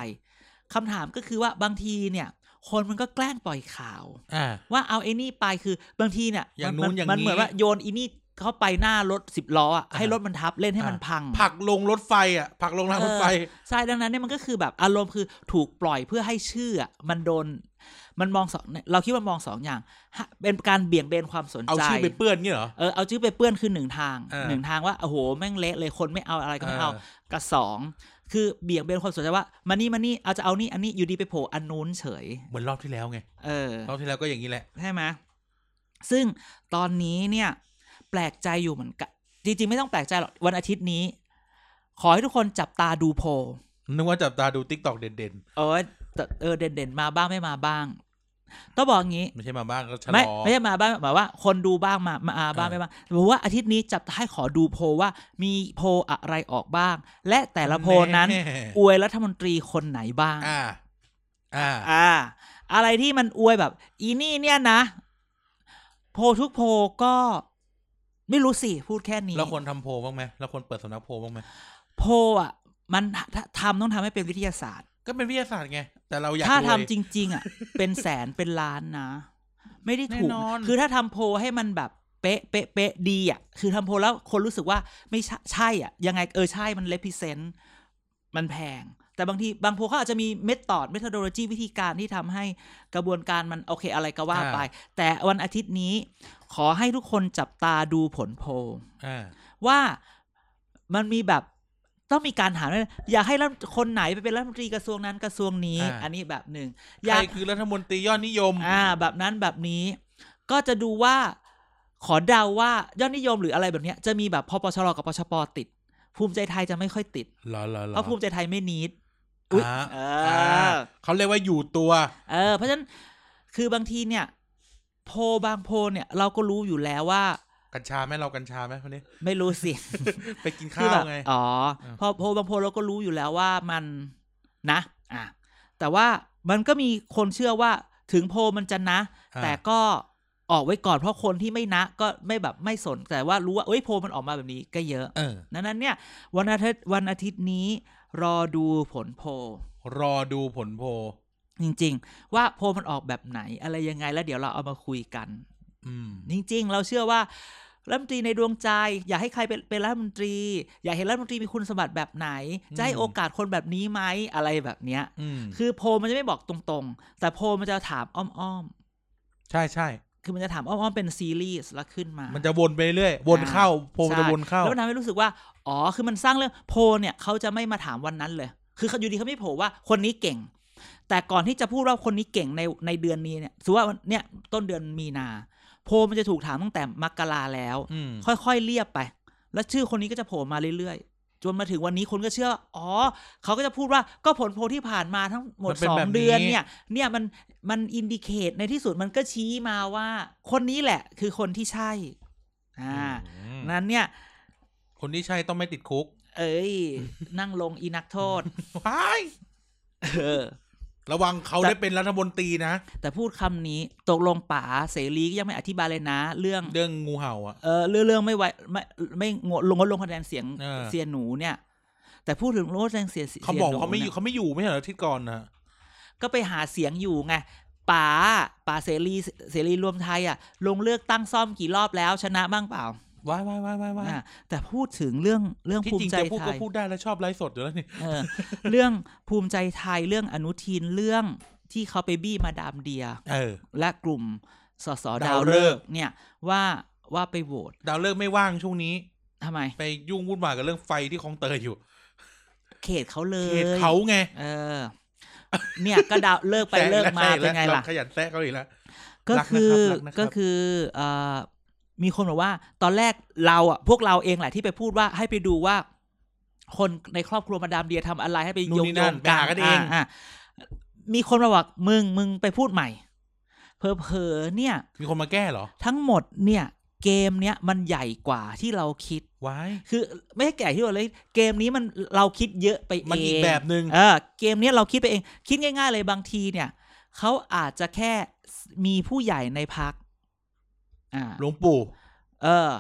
คำถามก็คือว่าบางทีเนี่ย คนมันก็แกล้งปล่อยข่าว อ่า ว่าเอาไอ้นี่ไปคือบางทีเนี่ย อย่าง มั นู้นอย่างมันี้เหมือนว่าโยนอีนี่เข้าไปหน้ารถสิบล้ออะ อ่า ให้รถมันทับเล่นให้มันพัง ผลักลงรถไฟอ่ะผลักลงรางรถไฟ ใช่ดังนั้นเนี่ยมันก็คือแบบอารมณ์คือถูกปล่อยเพื่อให้ชื่ออะมันโดน มันมองสองเราคิดว่ามองสองอย่างฮะเป็นการเบี่ยงเบนความสน เอา ใจ ชื่อไปเปื้อนเนี่ยเหรอ เออเอาชื่อไปเปื้อนคือหนึ่งทาง อ่า หนึ่งทางว่าโอ้โหแม่งเละเลยคนไม่เอาอะไรก็ไม่เอา อ่า กับสองคือเบี่ยงเบนความสนใจว่ามานี่มานี่เอาจะเอานี่อันนี้อยู่ดีไปโผล่อันนู้นเฉย เหมือนรอบที่แล้วไง เออ รอบที่แล้วก็อย่างนี้แหละ ใช่ไหมซึ่งตอนนี้เนี่ย แปลกใจอยู่เหมือนกัน จริงๆ ไม่ต้องแปลกใจหรอกวันอาทิตย์นี้ ขอให้ทุกคนจับตาดูโพล นึกว่าจับตาดูติ๊กตอกเด่น เออแต่เออเด่นๆ มาบ้างไม่มาบ้าง ต้องบอกงี้ ๆ ไม่ใช่มาบ้างก็ชะล ไม่ อ ไม่ใช่มาบ้างหมายว่าคนดูบ้างมามามาบ้าง เออ ไม่บ้างแต่ว่าอาทิตย์นี้จับให้ขอดูโพลว่ามีโพลอะไรออกบ้าง และแต่ละโพลนั้น แ อวยรัฐมนตรีคนไหนบ้าง อ่า อ่า อ่า อะไรที่มันอวยแบบ อีนี่เนี่ยนะ โพลทุกโพลก็ไม่รู้สิพูดแค่นี้ เราควรทำโพลบ้างไหมเราควรเปิดสำนักโพลบ้างไหม โพลอ่ะ มันถ้าทำต้องทำให้เป็นวิทยาศาสตร์ ก็เป็นวิทยาศาสตร์ไง แต่เราอยาก ถ้าร วย ทำจริง ๆ อ่ะ *laughs* เป็นแสนเป็นล้านนะ ไม่ได้ถูก แน่นอน คือถ้าทำโพลให้มันแบบเป๊ะเป๊ะเป๊ะดีอ่ะ คือทำโพลแล้วคนรู้สึกว่าไม่ใช่ใช่อ่ะ ยังไงเออใช่มันเลพิเซนต์มันแพง แต่บางทีบางโพลเขาอาจจะมีเมธอดเมธอดโลจีวิธีการที่ทำให้กระบวนการมันโอเคอะไรก็ว่าไป แต่วันอาทิตย์นี้ ขอให้ทุกคนจับตาดูผลโพล อ่า ว่า มันมีแบบต้องมีการหาด้วยนะอยากให้รัฐคนไหนไปเป็นรัฐมนตรีกระทรวงนั้นกระทรวงนี้ อ่า อันนี้แบบหนึ่งอ ใคร ยาก คือรัฐมนตรียอดนิยม อ่าแบบนั้นแบบนี้ก็จะดูว่าขอเดาว่ายอดนิยมหรืออะไรแบบเนี้ยจะมีแบบพปชรกับปชปติด ภูมิใจไทยจะไม่ค่อยติด เหรอเหรอเหร เพ อ ราะภูมิใจไทยไม่นีด อุ๊ย อ่า เอออ่ าเขาเรียกว่าอยู่ตัว เออ เพราะฉะนั้นคือบางทีเนี่ย โพลบางโพลเนี่ย เราก็รู้อยู่แล้วว่า กัญชาไหมเรากัญชาไหมคนนี้ *laughs* ไม่รู้สิ ไปกิน คือ ข้า แบ ว บ ไง อ๋อ เออ พอโพลบางโพลเราก็รู้อยู่แล้วว่ามันนะ อ่ะแต่ว่ามันก็มีคนเชื่อว่าถึงโพลมันจะนะ แต่ก็ออกไว้ก่อนเพราะคนที่ไม่นะ ก็ไม่แบบไม่สนแต่ว่ารู้ว่าเอ้ยโพลมันออกมาแบบนี้ก็เยอะ เออ ดังนั้นเนี่ย วันอาทิตย์วันอาทิตย์นี้รอดูผลโพล รอดูผลโพล จริง ๆ ว่าโพลมันออกแบบไหนอะไรยังไงแล้วเดี๋ยวเราเอามาคุยกัน อืม จริง ๆ เราเชื่อว่ารัฐมนตรีในดวงใจ อยากให้ใครเป็นเป็นรัฐมนตรี อยากเห็นรัฐมนตรีมีคุณสมบัติแบบไหน อืม จะให้โอกาสคนแบบนี้ไหมอะไรแบบเนี้ย อืม คือโพลมันจะไม่บอกตรงๆ แต่โพลมันจะถามอ้อม ใช่ใช่ ๆ คือมันจะถามอ้อมๆเป็นซีรีส์แล้วขึ้นมา มันจะวนไปเรื่อยวนเข้าโพลมันจะ ใช่ วนเข้า แล้วมันทำให้รู้สึกว่า อ๋อ คือมันสร้างเรื่องโพลเนี่ยเขาจะไม่มาถามวันนั้นเลย คือเขาอยู่ดีเขาไม่โผล่ว่าคนนี้เก่ง แต่ก่อนที่จะพูดว่าคนนี้เก่งในในเดือนนี้เนี่ยสมมติว่าเนี่ยต้นเดือนมีนา โพลมันจะถูกถามตั้งแต่มกราแล้ว อืม ค่อยๆเรียบไป แล้วชื่อคนนี้ก็จะโผล่มาเรื่อยๆ จนมาถึงวันนี้คนก็เชื่อว่าอ๋อ เขาก็จะพูดว่าก็ผลโพลที่ผ่านมาทั้งหมด มันเป็น สอง แบบนี้ เดือนเนี่ย เนี่ยมันมันอินดิเคตในที่สุดมันก็ชี้มาว่า คนนี้แหละ คือคนที่ใช่ อ่า อืม นั้นเนี่ย คนที่ใช่ต้องไม่ติดคุก *laughs* เอ้ย นั่งลงอีนักโทษ ว้าย เออ ระวังเขา แต่ ได้เป็นรัฐมนตรีนะ แต่พูดคำนี้ตกลงป๋าเสรีก็ยังไม่อธิบายเลยนะ เรื่อง เรื่องงูเห่าอ่ะ เออเรื่องเรื่องไม่ไวไม่ไม่งดลงงดลงคะแนนเสียง เออ เสียหนูเนี่ย แต่พูดถึงลดคะแนนเสียสีย เขาบอก หนู เขาไม่อยู่ นี่ เขาไม่อยู่ไม่ใช่เหรออาที่ก่อนนะ ก็ไปหาเสียงอยู่ไงป๋าป๋าเสรีเสรีรวมไทยอ่ะ ลงเลือกตั้งซ่อมกี่รอบแล้วชนะบ้างเปล่า ว้ายว้ายว้ายว้ายว้าย อ่ะแต่พูดถึงเรื่องเรื่อง ที่ ภู จริ มิ ง ใจ จะพูด ไท ก็ ย พูดได้แล้วชอบไลฟ์สดอยู่แล้วนี่ เออเรื่องภูมิใจไทยเรื่องอนุทินเรื่องที่เขาไปบี้มาดามเดีย เออ และกลุ่มสส ดา ดาว ว ฤ เลิ ก ก ษ์ ษ์เนี่ยว่าว่าไปโหวต ดาวเลิกษ์ไม่ว่างช่วงนี้ ทำไม ไปยุ่งวุ่นวายกับเรื่องไฟที่คลองเตยอยู่ เขตเขาเล เข ย ตเขาไง เออ เนี่ยก็ดาวเลิกไปเลิกมา แซะอี เป็นไง แซะอีล่ะกแวราขยันแซะเขาอีกแล้ว ก็คือ รักนะครับรักนะครับ ก็คือเอ่อมีคนบอกว่า ตอนแรกเราอ่ะพวกเราเองแหละที่ไปพูดว่าให้ไปดูว่า คนในครอบครัวมาดามเดียทำอะไรให้ไป นู่ โย น ง นี่ โย นั่ ง น กั ด่านกันเอง ะะมีคนมาบอกมึงมึงไปพูดใหม่เผลอๆเนี่ย มีคนมาแก้เหรอ ทั้งหมดเนี่ย เกมเนี้ยมันใหญ่กว่าที่เราคิด ว้าย คือไม่ใช่แก่ที่เราเลยเกมนี้มันเราคิดเยอะไปเอง มันอีกแบบหนึ่ง เออเกมเนี้ยเราคิดไปเอง คิดง่าย ๆ เลยบางทีเนี่ยเขาอาจจะแค่มีผู้ใหญ่ในพักอ่า หลวงปู่ เออ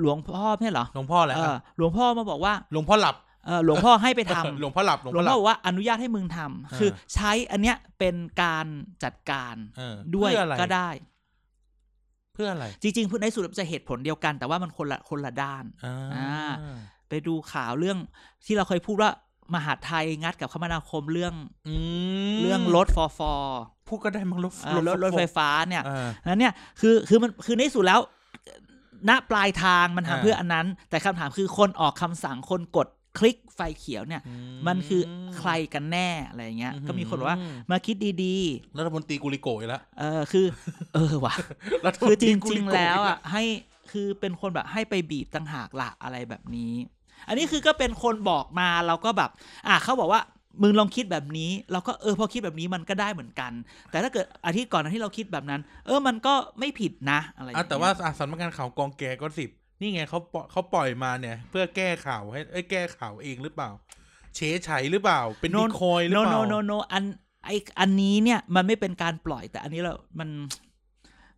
หลวงพ่อไม่ใช่เหรอ หลวงพ่อแหละ เอ อ่ะ อหลวงพ่อมาบอกว่า หลวงพ่อหลับ เออหลวงพ่อให้ไปทำ หลวงพ่อหลับหลวง หลว พ่ ง อห พ่อลับ บอกว่าอนุญาตให้มึงทำ เออ คือใช้อันเนี้ยเป็นการจัดการ เออ ด้วย เพื่ออะไร ก็ได้ เพื่ออะไร จริงๆพูดในสุดมันจะเหตุผลเดียวกัน แต่ว่ามันคนละคนละด้าน อ่า อ่า ไปดูข่าวเรื่องที่เราเคยพูดว่ามหาดไทยงัดกับคมนาคมเรื่อง อืม เรื่องรถฟอฟอ พูดก็ได้มั้งรถ เอ่อรถรถไฟฟ้าเนี่ย อ่า นั้นเนี่ยคือคือมันคือในที่สุดแล้วณปลายทางมัน อ่า ทำเพื่ออันนั้น แต่คำถามคือคนออกคำสั่งคนกดคลิกไฟเขียวเนี่ย อื มันคือใครกันแน่อะไรอย่างเงี้ย อื ก็มีคนบอกว่า มาคิดดี รัฐมนตรีกุลิโกะอีกแล้ว ๆ เออคือ *laughs* เออว่ะ รัฐม คือน จ ตกุ ริงๆโกแล้ว ก อ่ะให้คือเป็นคนแบบให้ไปบีบต่างหากละอะไรแบบนี้ อันนี้คือก็เป็นคนบอกมาเราก็แบบ อ่ะเขาบอกว่ามึงลองคิดแบบนี้ เราก็เออพอคิดแบบนี้มันก็ได้เหมือนกัน แต่ถ้าเกิดอาทิตย์ก่อนที่เราคิดแบบนั้น เออมันก็ไม่ผิดนะอะไรอย่ง อ่ะ เงี้ย แต่ว่าอ่ะสำนักงานข่าวกองแกก็สิบนี่ไงเขาปล่อยเขาปล่อยมาเนี่ย เพื่อแก้ข่าวให้เอ้ยแก้ข่าวเองหรือเปล่า เฉยไฉหรือเปล่า เป็นดีคอยหรือ โน เป โน ล่า โนโนอันไออันนี้เนี่ยมันไม่เป็นการปล่อยแต่อันนี้เรา มัน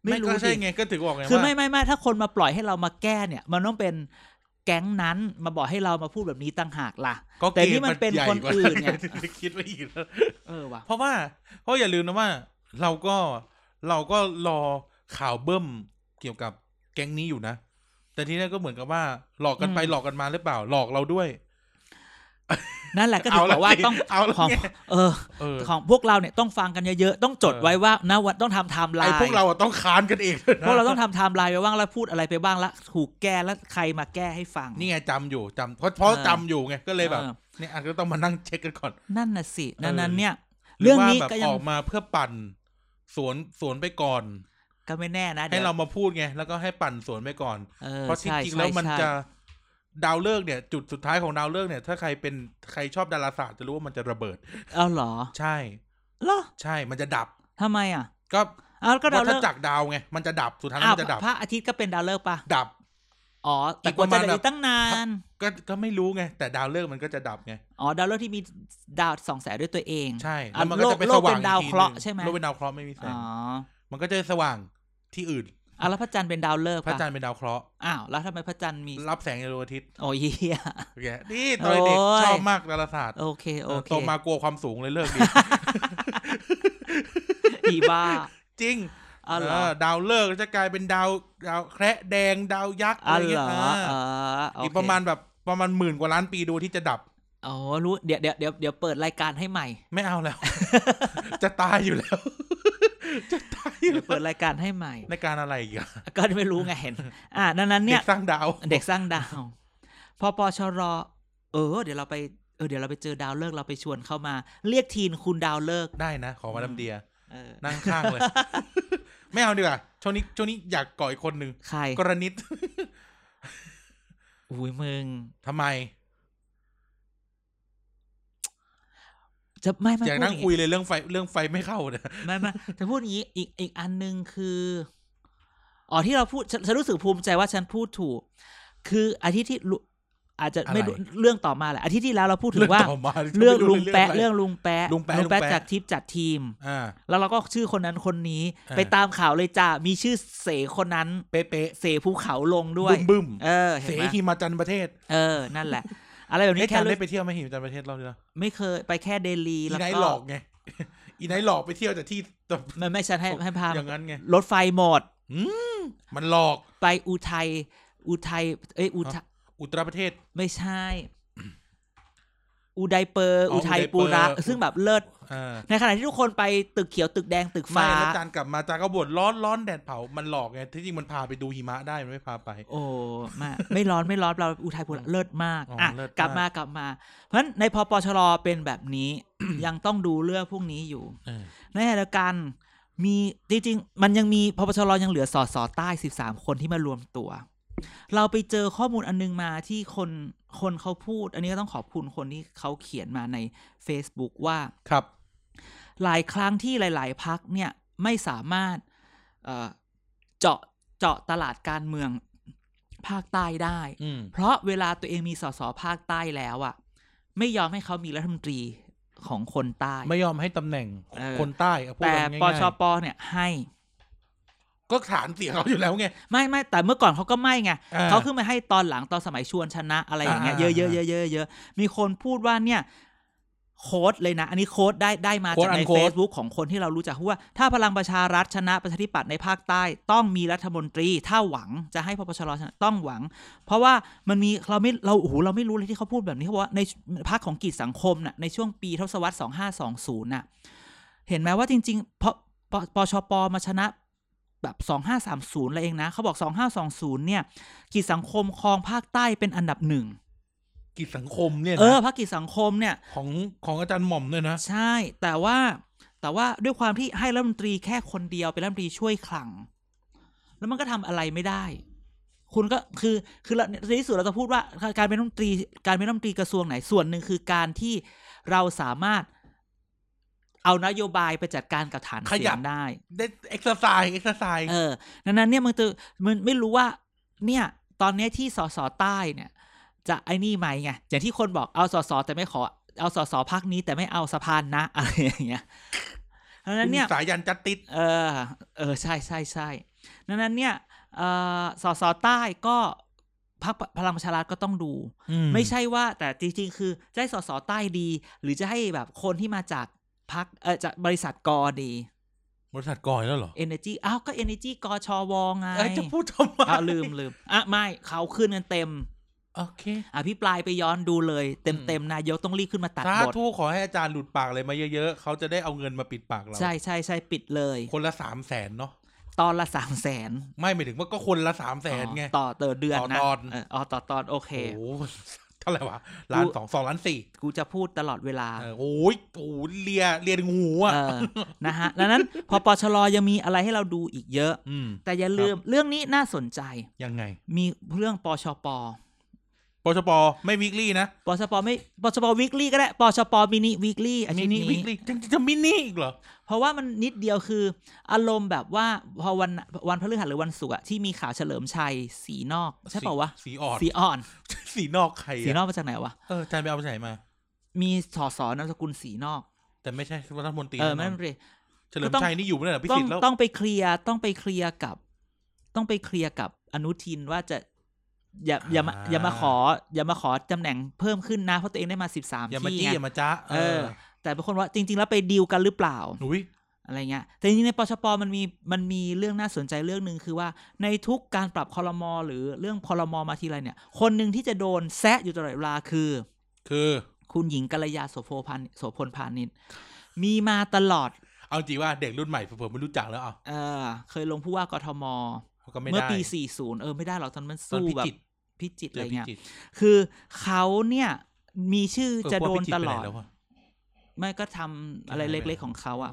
ไม่รู้ ก็ใช่ ดิ ไงก็ถึงบอกไง คือ ว่า ไม่ไม่ไม่ถ้าคนมาปล่อยให้เรามาแก้เนี่ย มันต้องเป็นแก๊งนั้นมาบอกให้เรามาพูดแบบนี้ต่างหากล่ะ ก็ แต่นี่มันเป็น ใหญ่ คน กว่า อื่นเนี่ย ที่คิดไว้อีกแล้ว เออว่ะ เพราะว่าเพราะอย่าลืมนะว่า เราก็เราก็รอข่าวเบิ้มเกี่ยวกับแก๊งนี้อยู่นะ แต่ทีนี้ก็เหมือนกับว่า หลอกกันไปหลอกกันมาหรือเปล่า หลอกเราด้วย นั่นแหละก็ถึ เอา ง ละ บอกว่า สิ *laughs* ต้อง เอาละ ของ ไง เออ เออ ของพวกเราเนี่ยต้องฟังกันเยอะๆต้องจด เออ ไว้ว่านะวันต้องทำไทม์ไล ไอ้ น์ พวกเราอะต้องค้านกันเองด้วยนะ พวกเราต้องทำไทม์ไลน์ไปบ้างแล้วพูดอะไรไปบ้างแล้วถูกแก้แล้วใครมาแก้ให้ฟัง นี่ไงจำอยู่จำเพราะเพราะ เออ จำอยู่ไงก็เลยแบบ เออ เนี่ยอาจจะต้องมานั่งเช็คกันก่อน นั่นน่ะสิ เออ นั้นนั้นเนี่ย ห เรื่องนี้ ว่าแบบ ก็ยั อง อกมาเพื่อปั่นสวนสวนไปก่อน ก็ไม่แน่นะ ให้ เดี๋ยว เรามาพูดไงแล้วก็ให้ปั่นสวนไปก่อน ออ เพราะจ ใช่ ริงๆแล้วมัน ใช่ จะดาวเลิกษ์เนี่ย จุดสุดท้ายของดาวเลิกษ์เนี่ย ถ้าใครเป็นใครชอบดาราศาสตร์จะรู้ว่ามันจะระเบิด เอาเหรอ ใช่ เหรอ ใช่มันจะดับ ทำไมอ่ะ ก็ เอาก็ดาว วัฏ เลิกษ์ จักรดาวไงมันจะดับสุดท้ายแล้ อ้าว ว มันจะดับ พระอาทิตย์ก็เป็นดาวเลิกษ์ปะ ดับ อ๋อแต่ อีก ก ป ว่า ระมา จะ ณ ได้ แบบ ตั้งนาน ก็ก็ไม่รู้ไง แต่ดาวเลิกษ์มันก็จะดับไง อ๋อดาวเลิกษ์ที่มีดาวสองแสงด้วยตัวเอง ใช่ อ่ะ แล้วมันก็จะไป โลก สว่าง เป็นดาว อีกที เคราะห์ นึ่ง ใช่ไหม โลกเป็นดาวเคราะห์ไม่มีแส อ๋ ง อ มันก็จะสว่างที่อื่น อ่ะแล้วพระจันทร์เป็นดาวเลิกษ์ พระ ปะ จันทร์เป็นดาวเคราะห์ อ้าวแล้วทำไมพระจันทร์มี รับแสงจากดวงอาทิตย์ โอ้ยเหี้ย โอเคนี่ตอนเด็ก โอ้ย ชอบมากดาราศาสตร์ โอเค เอ โอ อ เค โตมากลัวความสูงเลยเลิก *laughs* ดี อีบ้า จริง อ๋อเหร เอ อ อดาวเลิกษ์จะกลายเป็นดาวดาวแคระแดงดาวยักษ์ อ๋ อะ อ ไร เหร เงี้ย อ อ่า อ๋อโอ อีก เค ประมาณแบบประมาณหมื่นกว่าล้านปีดูที่จะดับ อ๋อรู้เดี๋ยวเดี๋ยวเดี๋ยวเดี๋ยวเปิดรายการให้ใหม่ ไม่เอาแล้ว *laughs* จะตายอยู่แล้ว *laughs* จะตายอยู่ เดี๋ยว แล้ เปิ ว ดรายการให้ใหม่ ในการอะไรอีกอะ ก็ไม่รู้ไงเห็น อ่าดังนั้น เด็ เนี่ย กสร้างดาว เด็กสร้างดาว พอปอชรอ เออ เดี๋ยวเราไปเออเดี๋ยวเราไปเจอดาวเลิกษ์เราไปชวนเข้ามา เรียกทีนคุณดาวเลิกษ์ ได้นะ ขอมาดำเดีย เออ นั่งข้างเลย *laughs* ไม่เอาดีกว่าช่วงนี้ช่วงนี้อยากก่ออีกคนหนึ่ง ใคร กรณิต *laughs* อุ้ยมึง ทำไม จะไม่ไม่ อยาพูกด นั่งคุยเลยเรื่องไฟเรื่องไฟไม่เข้าเนี่ย ไม่ไม่จะพูดอย่างนี้อีกอีกอันหนึ่งคือ อ๋อที่เราพูดฉันฉันรู้สึกภูมิใจว่าฉันพูดถูก คืออาทิตย์ที่ลุอาจจะไม่รู้เรื่องต่อมาแหละอาทิตย์ที่แล้วเราพูดถึ เรื่อง งว่า ต่อมา เรื่องลุง ไม่ แปะ ไ เรื่องลุงแปะ ลุงแปะลุงแปะ จากทิปจัดทีม อ่า แล้วเราก็ชื่อคนนั้นคนนี้ อ่า ไปตามข่าวเลยจ้ามีชื่อเสคนนั้น เป๊ะเป๊ะ เสภูเขาลงด้ บึ้ วย มบึ้ม เออ เส เห็นไหม หิมาจันทร์ประเทศ เออ นั่นแหละ อะไรแบบ ไอ้ นี้ จั แค่ นได้ รู้ ไปเที่ยวไหมหิมาจันทร์ประเทศเราเนี่ย ไม่เคยไปแค่เดลี อี แล้ว ไนท์หล ก็ อกไง *laughs* อีไนท์หลอกไปเที่ยวแต่ที่แต่ ไม่ไม่ฉันให้ให้พา อย่างนั้นไง รถไฟหมด มันหลอก ไปอุทัยอุทัยเอ้ยอุทัย อุตรประเทศ ไม่ใช่ อุไดเปอร์ อ๋ออุ อุทัย ไดเปอร์ ปูระซึ่งแบบเลิศ อ่า ในขณะที่ทุกคนไปตึกเขียวตึกแดงตึก ไม่ ฟ้า แล้วจานกลับมาจากระบวดร้อนร้อนแดดเผา มันหลอกไง ที่จริงมันพาไปดูหิมะได้ มันไม่พาไป โอ้ไมา ไม่ร้อนไม่ร้อนเราอุทัยภูเลิศมาก อ๋ออ่ อ่ะ เลิศมาก กลับมากลับมา เพราะฉะนั้นในพปชรเป็นแบบนี้ ยังต้องดูเรื่องพวกนี้อยู่ เออ ในขณะเดียวกันมีจริงๆ มันยังมีพปชรยังเหลือสอสอใต้สิบสามคนที่มารวมตัว เราไปเจอข้อมูลอันนึงมาที่คนคนเขาพูด อันนี้ก็ต้องขอบคุณคนที่เขาเขียนมาใน Facebook ว่า ครับ หลายครั้งที่หลาย ๆ พักเนี่ยไม่สามารถเอ่อเจาะเจาะตลาดการเมืองภาคใต้ได้ อืม เพราะเวลาตัวเองมีสสภาคใต้แล้วอะ่ะ ไม่ยอมให้เขามีรัฐมนตรีของคนใต้ ไม่ยอมให้ตำแหน่ง เออ คนใต้เอาพูด แต่ กันง่ายๆ ปชปเนี่ยให้ ก็ฐานเสียงเขาอยู่แล้วไง ไม่ไม่แต่เมื่อก่อนเขาก็ไม่ไง อ่า เขาขึ้นมาให้ตอนหลังตอนสมัยชวนชนะอะไรอย่างเงี้ย อ่า เยอะ อ่า เยอะเยอะเยอะเยอะมีคนพูดว่าเนี่ยโค้ดเลยนะ อันนี้โค้ดได้ได้มา โค้ด จากใน unquote Facebook ของคนที่เรารู้จักว่า ถ้าพลังประชารัฐชนะประชาธิปัตย์ในภาคใต้ต้องมีรัฐมนตรี ถ้าหวังจะให้พปชรชนะต้องหวัง เพราะว่ามันมีเราไม่เราโอ้โหเราไม่รู้เลยที่เขาพูดแบบนี้เขาบอกว่าในพรรคของกิจสังคมน่ะในช่วงปีทศวรรษ2520น่ะ เห็นไหมว่าจริงๆเพราะปปชปมาชนะแบบสองห้าสามศูนย์อะไรเองนะ เขาบอกสองห้าสองศูนย์เนี่ยกิจสังคมครองภาคใต้เป็นอันดับหนึ่ง กิจสังคมเนี่ย เออ นะ พรรคกิจสังคมเนี่ย ของของอาจารย์หม่อมด้วยนะ ใช่ แต่ว่าแต่ว่าด้วยความที่ให้รัฐมนตรีแค่คนเดียวเป็นรัฐมนตรีช่วยคลัง แล้วมันก็ทำอะไรไม่ได้ คุณก็คือคือเราในที่สุดเราจะพูดว่าการเป็นรัฐมนตรีการเป็นรัฐมนตรีกระทรวงไหนส่วนหนึ่งคือการที่เราสามารถเอานโยบายไปจัดการกับฐาน ข เสี ยั ย บ งได้ ได้เอ็กซ์ไซส์เอ็กซ์ไซส์ เออดังนั้นเนี่ยมันจะมันไม่รู้ว่า เนี่ย ตอนเนี้ยที่สสใต้เนี่ย จะไอ้นี่ไหมไง อย่างที่คนบอกเอาสสแต่ไม่ขอ เอาสสพักนี้แต่ไม่เอาสะพานนะ *laughs* อะไรอย่างเงี้ยดังนั้นเนี่ย สายันจัดติด เออ เออ ใช่ใช่ใช่ดังนั้นเนี่ยเออสสใต้ก็พักพลังประชารัฐก็ต้องดู อื ไม่ใช่ว่าแต่จริงๆ คือจะให้สสใต้ดี หรือจะให้แบบคนที่มาจากพักเออจากบริษัทกอดี บริษัทก่อยแล้วเหรอ Energy อ้าวก็ Energy กชวไง *laughs* เอ้ยจะพูดทำไม อ่ะลืมลืมอ่ะไม่เขาขึ้นกันเต็ม โอเค อภิปรายไปย้อนดูเลยเต็มๆนายกต้องรีบขึ้นมาตัด สา บท ธุขอให้อาจารย์หลุดปากอะไรมาเยอะๆเขาจะได้เอาเงินมาปิดปากเรา ใช่ใช่ใช่ปิดเลย คนละสามแสนเนาะ ตอนละสามแสน ไม่หมายถึงว่าก็คนละสามแสนไง ต่อต่อเดือน ต่อ นะ ตอน เอ๋อต่อตอนโอเค โอ้โหเท่าไหร่วะล้านสองสองล้านสี่ กูจะพูดตลอดเวลา เออโอ้ยโอ้โหเลียเลียถึงหูอ่ะ เออ นะฮะดังนั้นพอปชรยังมีอะไรให้เราดูอีกเยอะ ืม แต่อย่าลืมเรื่องนี้น่าสนใจ ยังไง มีเรื่องปชป ปชปไม่วิกลี่นะ ปชปไม่ ปชปวิกฤตก็ได้ ปชปมินิวิกฤตอาทิตย์มินิ นี้ วิกลี่จะจะมินิอีกเหรอ เพราะว่ามันนิดเดียวคืออารมณ์แบบว่าพอวันวันพฤหัสหรือวันศุกร์อะที่มีข่าวเฉลิมชัยสีนอก ใช่เปล่าวะ สีอ่อน สีอ่อน สีนอกใครอะ สีนอกมาจากไหนวะ เอออาจารย์ไปเอามาจากไหนมา มีสอสอนามสกุลสีนอก แต่ไม่ใช่รัฐมนตรี เออไม่ แน่นอน เป็นไร เฉลิม ก็ต้อง ชัยนี่อยู่ไม่ได้เหรอพิ ต้อ สิ ง ทธิ์แล้ว ต้องไปเคลียร์ต้องไปเคลียร์กับ ต้องไปเคลียร์กับอนุทินว่าจะ อย่าอย่ามาอย่ามาขอ อย่ามาขอตำแหน่งเพิ่มขึ้นนะเพราะตัวเองได้มาสิบสาม อย่ามา ที่ จี้ ไง อย่ามาจ้า เออ แต่บางคนว่าจริง ๆ แล้วไปดีลกันหรือเปล่า หนุย อะไรเงี้ย แต่จริงๆในปชปมันมีมันมีเรื่องน่าสนใจเรื่องหนึ่งคือว่าในทุกการปรับคอรมอหรือเรื่องคอรมอมาทีไรเนี่ย คนหนึ่งที่จะโดนแซะอยู่ตลอดเวลาคือ คือ คุณหญิงกัลยาโสโพพันโสพลพานิชมีมาตลอด เอาจริงว่าเด็กรุ่นใหม่เผื่อๆไม่รู้จักแล้วอ่ะ เออเคยลงผู้ว่ากทม ก็ไม่ได้ เมื่อปี 40 เออ ไม่ได้หรอกตอนมัน ตอน สู้ พิ แบบ จิตร พิจิตร เจ อะไร อพิ เงี้ย จิตร คือเขาเนี่ยมีชื่อ เออ จะ พวก โดน พิตจิรลไปไห อด แล้วะ ไม่ก็ทำอะไร หายไป เล็ก ไหน ๆของเขาอ่ะ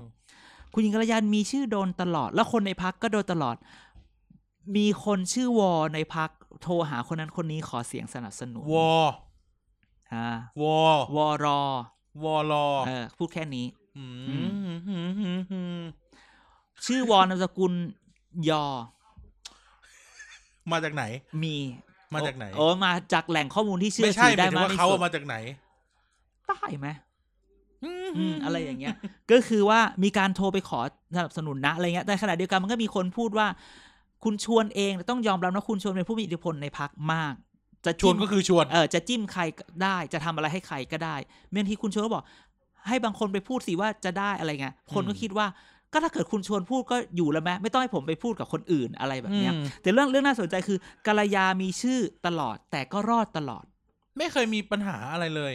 คุณหญิงกัลยามีชื่อโดนตลอด แล้วคนในพักก็โดนตลอด มีคนชื่อวอในพักโทรหาคนนั้นคนนี้ขอเสียงสนับสนุน วอ อ่าว อ วอรอ วอรอ เออพูดแค่นี้ มอืมอืมอืม ชื่อวอนามสกุลยอ มาจากไหน มี มาจากไหน โอ้โอ้มาจากแหล่งข้อมูลที่เชื่อ ไม่ใช่ ถือ หมา ได้ ยถึง มาก ว่า ที่ เขา สุ อะ ด มาจากไหน ใต้ไหม อื อืมอะไรอย่างเงี้ย ก็คือว่ามีการโทรไปขอสนับสนุนนะอะไรเงี้ย แต่ขณะเดียวกันมันก็มีคนพูดว่า คุณชวนเองต้องยอมรับนะคุณชวนเป็นผู้มีอิทธิพลในพักมาก จะ ชวน จิ้ม ก็คือชวน เออจะจิ้มใครก็ได้ จะทำอะไรให้ใครก็ได้เมื่อที่คุณชวนก็บอก ให้บางคนไปพูดสิว่าจะได้อะไรเงี้ยคนก็คิดว่า ก็ถ้าเกิดคุณชวนพูดก็อยู่แล้วไหมไม่ต้องให้ผมไปพูดกับคนอื่นอะไรแบบเนี้ย อืม แต่เรื่องเรื่องน่าสนใจคือกัลยามีชื่อตลอด แต่ก็รอดตลอด ไม่เคยมีปัญหาอะไรเลย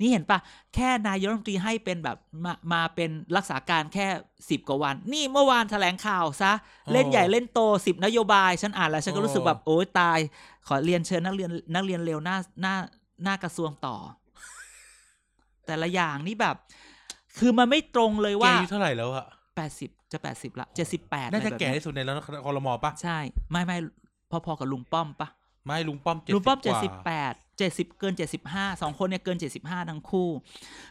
นี่เห็นปะแค่นายกรัฐมนตรีให้เป็นแบบมามาเป็นรักษาการแค่สิบกว่าวัน นี่เมื่อวานแถลงข่าวซะ อ๋อ เล่นใหญ่เล่นโตสิบนโยบาย ฉันอ่านแล้วฉันก็ อ๋อ รู้สึกแบบโอ้ยตาย ขอเรียนเชิญนักเรียนนักเรียนเร็วหน้าหน้าหน้ากระทรวงต่อ แต่ละอย่างนี่แบบ คือมันไม่ตรงเลย แก ว่า อายุเท่าไหร่แล้วอะ แปดสิบจะแปดสิบละเจ็ดสิบแปด น่าจะแก่ที่สุดในแล้วคอรมอปะ ใช่ ไม่ไม่พอๆกับลุงป้อมปะ ไม่ลุงป้อมเจ็ด ลุงป้อมเจ็ดสิ สิ บบ แปดเจ็ดสิบเกินเจ็ดสิบห้าสองคนเนี่ยเกินเจ็ดสิบห้าทั้งคู่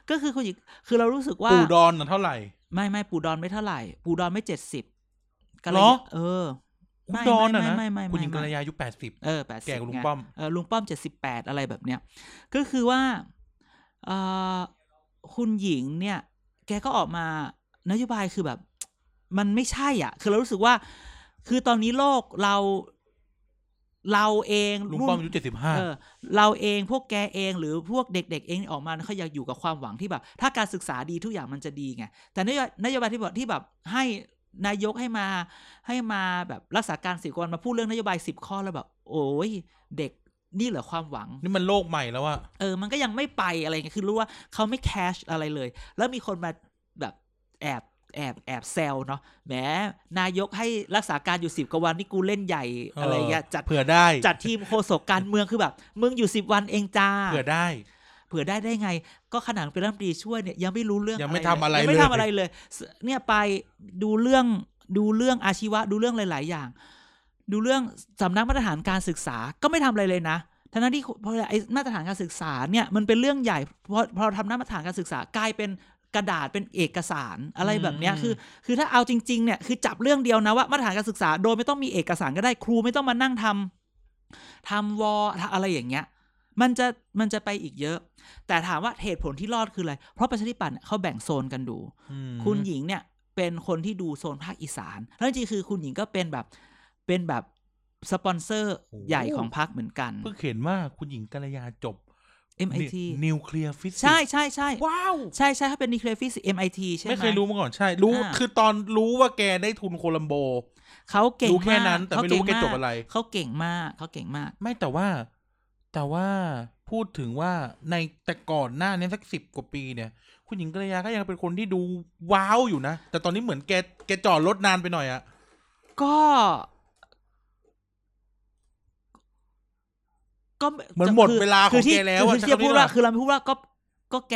ก็คือคุณหญิงคือเรารู้สึกว่า ปู่ดอนน่ะเท่าไหร่ ไม่ไม่ปูดอนไม่เท่าไหร่ ปูดอนไม่เจ็ดสิบ หรอ เออ คุณ ไม่ ดอนน่ะ ไม่ นะ ไม่ไม่ไม่ คุณหญิงกัล ไม่ ยาอายุแปดสิบ เออแปดสิบ แก่กว่าลุงป้อม เออลุงป้อมเจ็ดสิบแปดอะไรแบบเนี้ยก็คือว่าเออคุณหญิงเนี่ย แกก็ออกมานโยบายคือแบบ มันไม่ใช่อ่ะ คือเรารู้สึกว่า คือตอนนี้โลกเราเราเอง ลุง รุ่น ป้อมอายุเจ็ดสิบห้า เออเราเองพวกแกเองหรือพวกเด็ก ๆ เองออกมาเขาอยากอยู่กับความหวังที่แบบ ถ้าการศึกษาดีทุกอย่างมันจะดีไง แต่นโยบายนโยบายที่แบบที่แบบให้นายกให้มาให้มาแบบรักษาการสิบกว่าวันมาพูดเรื่องนโยบายสิบข้อแล้วแบบ โอ้ยเด็กนี่เหรอความหวัง นี่มันโลกใหม่แล้วอะ เออ มันก็ยังไม่ไปอะไรเงี้ยคือรู้ว่าเขาไม่แคชอะไรเลย แล้วมีคนมาแบบแอบแอบแอบแซวเนาะแหมนายกให้รักษาการอยู่สิบกว่าวันนี่กูเล่นใหญ่อะไรเงี้ยจัด เผื่อได้ *laughs* จัดทีมโฆษกการเมืองคือแบบ มึงอยู่สิบวันเองจ้า เผื่อได้ เผื่อได้ได้ไง ก็ขนาดเป็นรัฐมนตรีช่วยเนี่ยยังไม่รู้เรื่อง ยังไม่ทำอะไร ยังไม่ เลย ทำอะไรเลยสเนี่ยไปดูเรื่องดูเรื่องอาชีวะดูเรื่องหลาย ๆ อย่าง ดูเรื่องสำนักมาตรฐานการศึกษาก็ไม่ทำอะไรเลยนะทั้งนั้นที่พอไอ้มาตรฐานการศึกษาเนี่ยมันเป็นเรื่องใหญ่พอพอทำหน้ามาตรฐานการศึกษากลายเป็นกระดาษเป็นเอกสารอะไรแบบเนี้ยคือ คือถ้าเอาจริง ๆ เนี่ยคือจับเรื่องเดียวนะว่ามาตรฐานการศึกษาโดยไม่ต้องมีเอกสารก็ได้ครูไม่ต้องมานั่งทำ ทำวอทำอะไรอย่างเงี้ย มันจะมันจะไปอีกเยอะ แต่ถามว่าเหตุผลที่รอดคืออะไร เพราะประชาธิปัตย์เนี่ยเขาแบ่งโซนกันดู อืม คุณหญิงเนี่ยเป็นคนที่ดูโซนภาคอีสานแล้วจริงๆคือคุณหญิงก็เป็นแบบเป็นแบบสปอนเซอร์ใหญ่ของพรรคเหมือนกัน เพิ่งเห็นว่าคุณหญิงกัลยาจบ MIT นิวเคลียร์ฟิสิกส์ ใช่ใช่ใช่ ว้าว ใช่ใช่ถ้าเป็นนิเคลียร์ฟิสิกส์ MIT ใช่ไหม ไม่เคยรู้มาก่อนใช่ รู้ อ่า คือตอนรู้ว่าแกได้ทุนโคลัมโบ เขาเก่ง รู้ มาก แค่นั้นแต่ไม่รู้ว่าแกจบอะไร เขาเก่งมากเขาเก่งมาก ไม่แต่ว่า แต่ว่าพูดถึงว่าในแต่ก่อนหน้าเนี้สักสิบกว่าปีเนี่ย คุณหญิงกัลยาก็ยังเป็นคนที่ดูว้าวอยู่นะ แต่ตอนนี้เหมือนแกแกจอดรถนานไปหน่อยอะ ก็ ก็ไ เหมือนหมด คื เวลาข คือ องที่ แกแล้ว คือ อะ ที่ ใช้ จะ คำ พูดนี้ดีก ว่า ว่า คือเราไม่พูดว่าก็ก็แก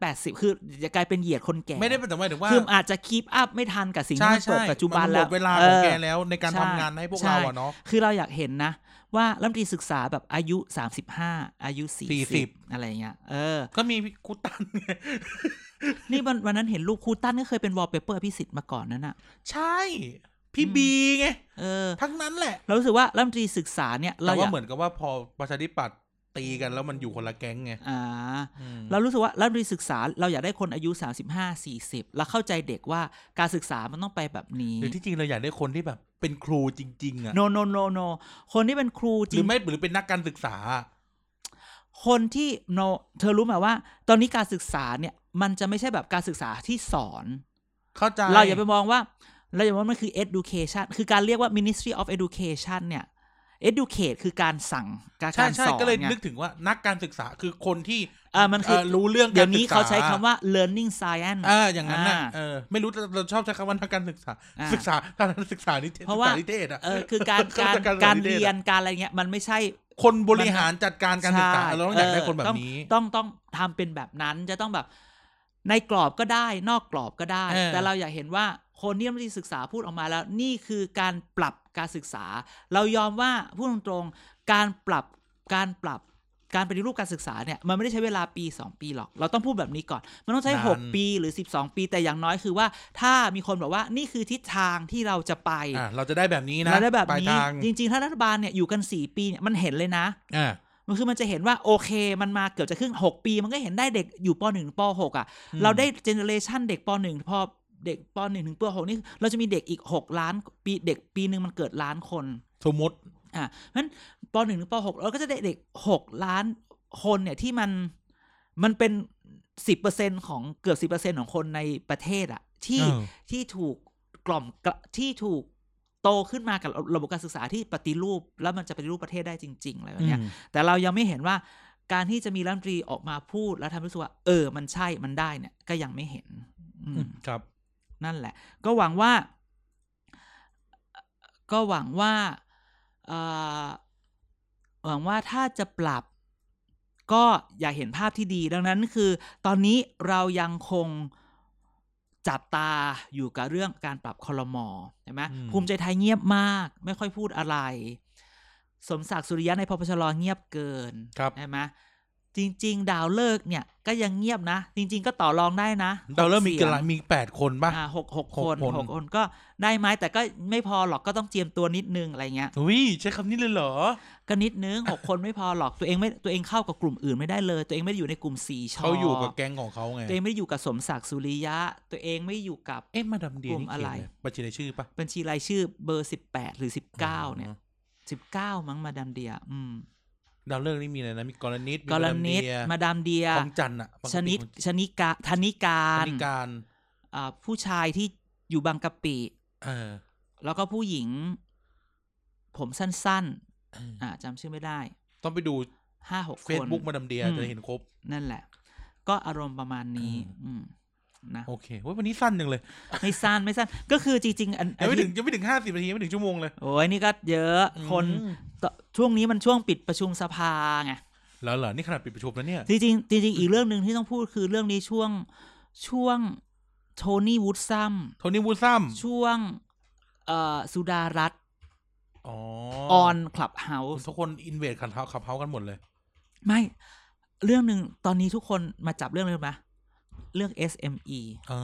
แปดสิบคือจะกลายเป็นเหยียดคนแก่ ไม่ได้เป็นแต่ว่าถึงว่า คืออาจจะคีปอัพไม่ทันกับสิ่ง ใช่ ที่มันเกิด ใช่ ปัจจุบัน มันห แล้ ม ว ดเวลาของแก เออ แล้วในการ ใช่ ทำงานให้พวก ใช่ เราอะเนาะ คือเราอยากเห็นนะ ว่ารัฐมนตรีศึกษาแบบอายุสามสิบห้าอายุสี่สิบ 40 อะไรเงี้ยเออ ก็มีครูตันไง นี่วันวันนั้นเห็นรูปครูตั้นก็เคยเป็นวอลเปเปอร์พิสิทธิ์มาก่อนนั่นน่ะ ใช่พี่ อืม บีไง เออ ทั้งนั้นแหละ เรารู้สึกว่ารัฐมนตรีศึกษาเนี่ย แต่ เราว่ายอาก เหมือนกับว่าพอประชาธิปัตย์ตีกันแล้วมันอยู่คนละแก๊งไง อ่า อืม เรารู้สึกว่ารัฐมนตรีศึกษาเราอยากได้คนอายุ 35 40 แล้วเข้าใจเด็กว่าการศึกษามันต้องไปแบบนี้ หรือที่จริงเราอยากได้คนที่แบบ เป็นครูจริง ๆอะ no no no no คนที่เป็นครูจ ห ริ รื ง อไม่หรือเป็นนักการศึกษา คนที่ no เธอรู้ไหมว่า ตอนนี้การศึกษาเนี่ยมันจะไม่ใช่แบบการศึกษาที่สอน เข้าใจ เราอย่าไปมองว่า เราอย่ามองว่ามันคือ education คือการเรียกว่า ministry of education เนี่ย educate คือการสั่งการ ใช่ การ ใช่ สอน ก็เลย ไง นึกถึงว่านักการศึกษาคือคนที่ อ่ามันคือ เรู้เรื่อง เดี๋ กา ยว ร นี้ ศึกษ เขาใช้คำว่า learning science เอออย่างนั้นน่ะ อ่า เออไม่รู้แต่เราชอบใช้คำว่านักการศึกษา อ่า ศึกษาทางศึกษานิเทศ เพราะว่า ศึกษนิเทศอ่ะ เออคือการการ *laughs* การ การ เรียน เรียนการอะไรเงี้ยมันไม่ใช่ คนบริหารจัดการการศึกษา ใช่ เราต้องอยากได้ เ คนแบบ ต้อง นี้ ต้องต้องทำเป็นแบบนั้นจะต้องแบบในกรอบก็ได้ นอกกรอบก็ได้ เออ แต่เราอยากเห็นว่าคนที่ไม่ได้ศึกษาพูดออกมาแล้ว นี่คือการปรับการศึกษา เรายอมว่าพูดตรงๆการปรับการปรับการปฏิรูปการศึกษาเนี่ยมันไม่ได้ใช้เวลาปี 2 ปีหรอก เราต้องพูดแบบนี้ก่อน มันต้องใช้ 6 ปีหรือ 12 ปีแต่อย่างน้อยคือว่า ถ้ามีคนบอกว่านี่คือทิศทางที่เราจะไป อ่าเราจะได้แบบนี้นะ เราได้แบบ ปลาย นี้ ทาง จริง ๆ ถ้ารัฐบาลเนี่ยอยู่กัน 4 ปีเนี่ยมันเห็นเลยนะ อ่า มันคือมันจะเห็นว่าโอเคมันมาเกือบจะครึ่งหกปี มันก็เห็นได้เด็กอยู่ปหนึ่งปหกอ่ะ เราได้เจเนอเรชันเด็กปหนึ่งพอเด็กปหนึ่งถึงปหกนี่เราจะมีเด็กอีกหกล้านปีเด็กปีหนึ่งมันเกิดล้านคน สมมติ อ่ะเพราะฉะนั้นปหนึ่งถึงปหกเราก็จะได้เด็กหกล้านคนเนี่ยที่มันมันเป็นสิบเปอร์เซ็นของเกือบสิบเปอร์เซ็นของคนในประเทศอ่ะที่ เออ ที่ถูกกล่อมกระที่ถูกโตขึ้นมากับระบบการศึกษาที่ปฏิรูป แล้วมันจะปฏิรูปประเทศได้จริงๆอะไรแบบเนี้ย อืม แต่เรายังไม่เห็นว่าการที่จะมีรัฐมนตรีออกมาพูดแล้วทำให้รู้สึกว่าเออ มันใช่มันได้เนี่ย ก็ยังไม่เห็น อืม ครับ นั่นแหละ ก็หวังว่า ก็หวังว่าเอ่อหวังว่าถ้าจะปรับ ก็อยากเห็นภาพที่ดี ดังนั้นคือ ตอนนี้เรายังคงจับตาอยู่กับเรื่องการปรับคอรมอใช่ไหม อืม ภูมิใจไทยเงียบมาก ไม่ค่อยพูดอะไร สมศักดิ์สุริยะในพปชรเงียบเกิน ครับ ใช่ไหมจริง ๆ ดาวเลิกษ์เนี่ย ก็ยังเงียบนะ จริง ๆ ก็ต่อรองได้นะ เราเริ่มมี สีย กี่ ง ลายมีแปดคนป่ะ อ่าหกหก ห ค ก น คน หกคนก็ได้ไหมแต่ก็ไม่พอหรอกก็ต้องเจียมตัวนิดนึงอะไรเงี้ย อุ้ยใช้คำนี้เลยเหรอ ก็นิดนึงหก *laughs* คนไม่พอหรอกตัวเองไม่ตัวเองเข้ากับกลุ่มอื่นไม่ได้เลย ตัวเองไม่ได้อยู่ในกลุ่มสี่ชอ เขาอยู่กับแก๊งของเขาไง ตัวเองไม่ได้อยู่กับสมศักดิ์สุริยะ ตัวเองไม่อยู่กับ เอ๊ะมาดามเดีย กลุ่ม นี่เขียน อะไร เลยบัญชีรายชื่อป่ะ บัญชีรายชื่อเบอร์สิบแปดหรือสิบเก้าเนี่ยสิบเก้ามั้งมาดามเดีย อืม ดาวเลิกษ์นี่มีอะไรนะ มีกรณิตมี กร มาดาม ณิต เดีย มาดามเดีย ของจันทร์อะปกติ ชนิด ของ ชนิกาธนิการจันทร์นิการ อ่าผู้ชายที่อยู่บางกะปิ เออ แล้วก็ผู้หญิง ผมสั้น เออ ๆ อ่าจำชื่อไม่ได้ ต้องไปดู ห้าหกคน Facebook มาดามเดีย อืม จะเห็นครบ นั่นแหละ ก็อารมณ์ประมาณนี้ อืมนะ โอเคเว้ยวันนี้สั้นจังเลย ไม่สั้นไม่สั้นก็คือจริง ๆ อัน ยังไม่ถึง อันที่ ยังไม่ถึงห้าสิบนาทียังไม่ถึงชั่วโมงเลย โอ้ยนี่ก็เยอะคน อืม ต่อช่วงนี้มันช่วงปิดประชุมสภาไง แล้วเหรอนี่ขนาดปิดประชุมแล้วเนี่ย จริงๆจริงๆอีกเรื่องหนึ่งที่ต้องพูดคือเรื่องนี้ช่วงช่วงโทนี่วูดซัม โทนี่วูดซัม ช่วงเอ่อสุดารัตน์ อ๋อ ออนคลับเฮาส์ ทุกคนอินเวดขันเท้าขับเท้ากันหมดเลย ไม่ เรื่องหนึ่งตอนนี้ทุกคนมาจับเรื่องเลยไหมเรื่อง SME อ่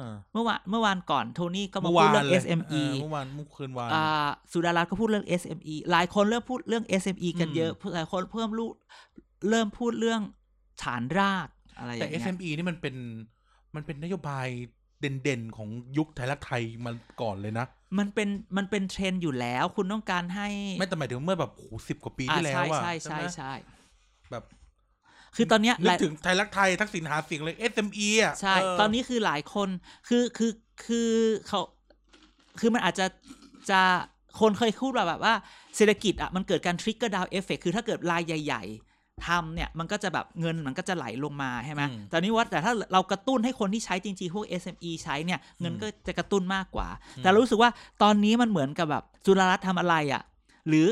า เมื่อวานเมื่อวานก่อนโทนี่ก็มา เมื่อ พู วา ด น เรื่อง เลย SME เออเมื่อวานเมื่อคืนวาน อ่าสุดารัตน์ก็พูดเรื่อง SME หลายคนเริ่มพูดเรื่อง SME กันเยอะหลายคนเพิ่มรู้เริ่มพูดเรื่องฐานรากอะไรอย่าง แต่ เงี้ย SME นี่มันเป็นมันเป็นนโยบายเด่นๆ ของยุคไทยรักไทยมันก่อนเลยนะ มันเป็นมันเป็นเทรนด์อยู่แล้ว คุณต้องการให้ ไม่แต่หมายถึงเมื่อแบบโหสิบกว่าปี อ่า ที่แล้ว ใช่ อะ ใช่ใช่ ไหม ใช่ แบบ คือตอนเนี้ยหนึก ลาย ถึงไทยรักไทยทักษิณหาเสียงเลย SME อ่ะ ใช่ เ ตอนนี้คือหลายคนคือคือคือเขาคือมันอาจจะจะ คนเคยพูดว่าแบบว่าเศรษฐกิจอ่ะมันเกิดการทริกเกอร์ดาวเอฟเฟกคือถ้าเกิดรายใหญ่ ๆทำเนี่ยมันก็จะแบบเงินมันก็จะไหลลงมาใช่ไหม อืม แต่นี่ว่าแต่ถ้าเรากระตุ้นให้คนที่ใช้จริงๆพวก SME ใช้เนี่ยเงิน อืม ก็จะกระตุ้นมากกว่า อืม แต่เรารู้สึกว่าตอนนี้มันเหมือนกับแบบจุฬารัฐทำอะไรอ่ะหรือ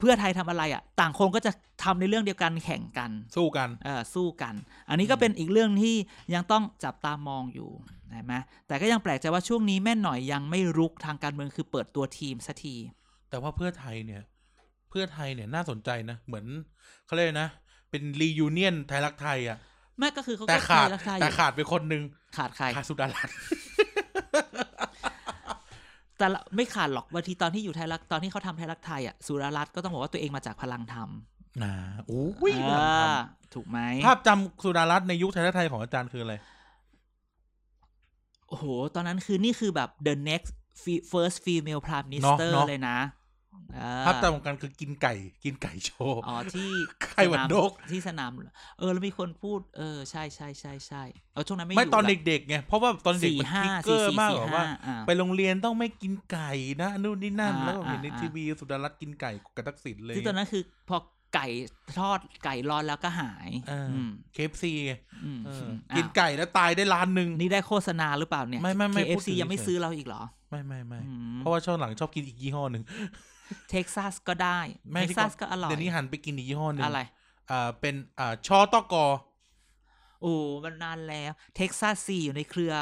เพื่อไทยทำอะไรอ่ะต่างคนก็จะทำในเรื่องเดียวกันแข่งกัน สู้กัน เอ่อสู้กัน อันนี้ก็ อืม เป็นอีกเรื่องที่ยังต้องจับตามองอยู่ใช่ไหมแต่ก็ยังแปลกใจว่าช่วงนี้แม่หน่อยยังไม่รุกทางการเมืองคือเปิดตัวทีมสักที แต่ว่าเพื่อไทยเนี่ย เพื่อไทยเนี่ยน่าสนใจนะ เหมือนเขาเรียกอะไรนะ เป็นรียูเนียนไทยรักไทยอ่ะ แม่ก็คือเขา แต่ ก็ไทขาดยรักไทยอ แต่ ยู่ ขาดไปคนหนึ่ง ขาดใคร ขาดสุดารัตน์ แต่ละไม่ขาดหรอกบางทีตอนที่อยู่ไทยรักตอนที่เขาทำไทยรักไทยอ่ะสุรรัตน์ก็ต้องบอกว่าตัวเองมาจากพลังธรรม นะโอ้ย เอ พลังธรร อ ม ถูกไหม ภาพจำสุดารัตน์ในยุคไทยรักไทยของอาจารย์คืออะไร โอ้โห ตอนนั้นคือนี่คือแบบ the next fe- first female prime minister เนอะ เลยนะเออ ภาพจำของการคือกินไก่ กินไก่โชว์ อ๋อที่ ไข้หวัดนก สามที่สนามเหรอเออ แล้วมีคนพูด เออ ใช่ใช่ใช่ใช่เออช่วงนั้นไม่ ไม่ ยู่ ตอน ละ เด็กๆไงเพราะว่าตอนเด็ก สี่ มัน ห้า ทิกเกอ สี่ ร์ สี่ มาก สี่ กว่า ห้า ว่า อ่า ไปโรงเรียนต้องไม่กินไก่นะนู่นนี่นั่น อ่า แล้วก็เห็นใน อ่า ทีวีสุดารัตน์กินไก่กับทักษิณเลย ที่ตอนนั้นคือพอไก่ทอดไก่ร้อนแล้วก็หาย เอออื ม เคฟซี อืม กินไก่แล้วตายได้ล้านหนึ่ง อ้าวนี่ได้โฆษณาหรือเปล่าเนี่ย ไม่ไม่ไม่พูดถึ KFC ง ยังไม่ เฉย ซื้อเราอีกเหรอ ไม่ไม่ไม่ อืม เพราะว่าช่วงหลังชอบกินอีกยี่ห้อหนึ่ง เท็กซัสก็ได้ ไม่ เท็ก ที่ ซัสก่อน ก็อร่อย เดี๋ยวนี้หันไปกินอีกยี่ห้อหนึ่ง อะไร อ่าเป็นอ่าชอตอกอ *laughs* โอ้มันนานแล้วเท็กซัสซีอยู่ในเครือ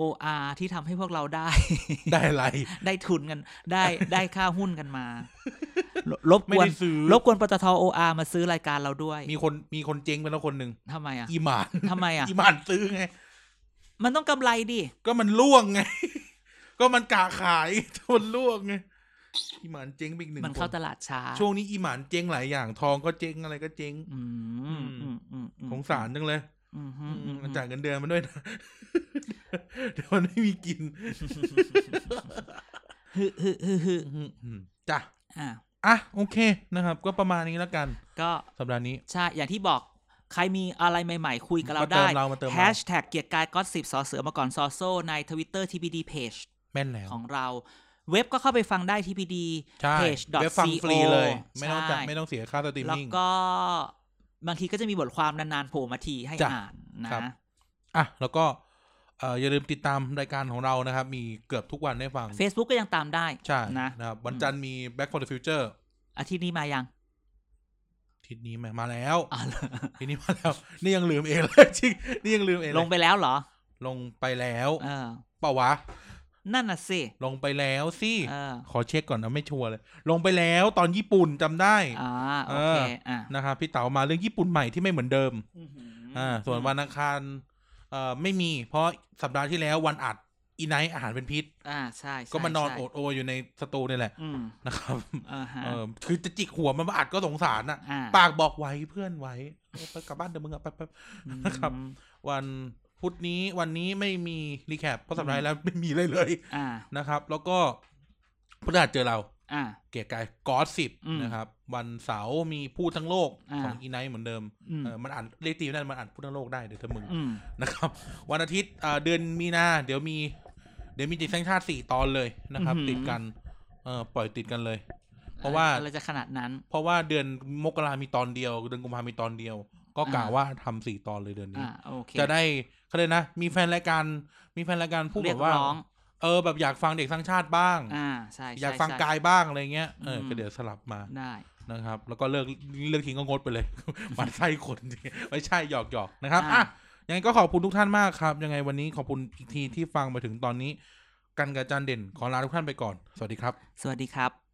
OR ที่ทำให้พวกเราได้ ได้อะไร ได้ทุนกันได้ได้ค่าหุ้นกัน *laughs* มา รรบ ไม่ กวน ได้ซื้อ รบกวนปตทโออามาซื้อรายการเราด้วย มีคนมีคนเจ๊งไปแล้วคนหนึ่ง ทำไมอ่ะ อีหมาน ทำไมอ่ะ อีหมานซื้อไง มันต้องกำไรดิ ก็มันล่วง *laughs* ไง ก็มันกะขาย *laughs* ทนล่วงไง อีหมานเจ๊งไปอีกหนึ่ง มันเข้า ค ตลาดช้า ช่วงนี้อีหมานเจ๊งหลายอย่าง ทองก็เจ๊งอะไรก็เจ๊ง อืมอืมอืมอืม ของสารจังเลย อืมอืมอืม มันจ่ายเงินเดือนมันด้วยนะ *laughs* เดี๋ยวมันไม่มีกิน ฮึฮึฮึฮึ อืมจ้ะ อ่ะ อ่ะโอเคนะครับ ก็ประมาณนี้แล้วกัน ก็ สัปดาห์นี้ ใช่อย่างที่บอกใครมีอะไรใหม่ ๆ คุยกับเรา มาเติ ได้ มเรามาเติมเรา แฮชแท็กเกียรติกายก็สิบสอเสือมาก่อนซอโซในทวิตเตอร์ทีบีดีเพจ แม่นแล้ว ของเราเว็บก็เข้าไปฟังได้ tpd ใช่ page เว็บฟัง co ฟรีเลย ไม่ต้องจ่าย ใช่ ไม่ต้องเสียค่าสตรีม แล้ว มิ่ง ก็บางทีก็จะมีบทความนานๆโผล่มาทีให้ จ้ะ อ่านนะครับ อ่ะแล้วก็เอ่ออย่าลืมติดตามรายการของเรานะครับ มีเกือบทุกวันได้ฟัง เฟซบุ๊กก็ยังตามได้ ใช่ นะ นะครับวันจันทร์มี Back for the Future อาทิตย์นี้มายัง ทีนี้มามาแล้ว อ๋อเหรอ ทีนี้มาแล้ว *laughs* นี่ยังลืมเองเลย *laughs* จริงนี่ยังลืมเองเย ลงไปแล้วเหรอ ลงไปแล้ว เออ เปล่าวะ นั่นน่ะสิ ลงไปแล้วสิ เออ ขอเช็คก่อนนะไม่ชัวร์เลย ลงไปแล้วตอนญี่ปุ่นจำได้ อ่าโอเค เออ อ่ะ นะครับพี่เต๋ามาเรื่องญี่ปุ่นใหม่ที่ไม่เหมือนเดิม อ่า ส่วนวันอังคารเอ่อไม่มี เพราะสัปดาห์ที่แล้ววันอัดอีไนท์อาหารเป็นพิษ อ่าใช่ใช่ ก็มานอน ใช่ โอดโอยอยู่ในสตูนี่แหละ อืม นะครับ เออฮะ เออคือจะจิกหัวมันมาอัดก็สงสารน่ะ อ่า ปากบอกไว้เพื่อนไว้เออไปกลับบ้านเดี๋ยวมึงอะไปไป นะครับ อืม วันพุธนี้วันนี้ไม่มีรีแคปเพราะสัปดาห์ที่แล้วไม่มีเลยเลย อ่า นะครับ แล้วก็พฤหัสเจอเรา อ่า เกียรติกายกอสิบ อืม นะครับ วันเสาร์มีพูดทั้งโลก อ่า ของอีไนท์เหมือนเดิม อืม เออมันอ่านเลขตีไม่ได้มันอ่านพูดทั้งโลกได้เดี๋ยวถ้ามึง อืม นะครับวันอาทิตย์อ่าเดือนมีนาเดี๋ยวมี เดี๋ยวมีจิตแห่งชาติสี่ตอนเลยนะครับ ติดกันเออปล่อยติดกันเลย เพราะว่า อะไรจะขนาดนั้น เพราะว่าเดือนมกรามีตอนเดียว เดือนกุมภามีตอนเดียว ก็กะ อ่า ว่าทำสี่ตอนเลยเดือนนี้ อ่าโอเค จะได้เขาเลยกนะ มีแฟนรายการมีแฟนรายการพูด เรี แบ ยก บว่า ร้อง เออแบบอยากฟังเด็กสร้างชาติบ้าง อ่าใช่ใช่ อยากฟัง ใช่ กายบ้างอะไรเงี้ยเอออ ม ก็เดี๋ยวสลับมา ได้ นะครับ แล้วก็เลิกเลิกทิ้งก็งดไปเลย *laughs* หมันไส้คน *laughs* ไม่ใช่หยอกหยอกนะครับ อ่ะ อ่ะยังไงก็ขอบคุณทุกท่านมากครับ ยังไงวันนี้ขอบคุณอีกทีที่ฟังมาถึงตอนนี้ กันกับอาจานเด่นขอลาทุกท่านไปก่อน สวัสดีครับ สวัสดีครับ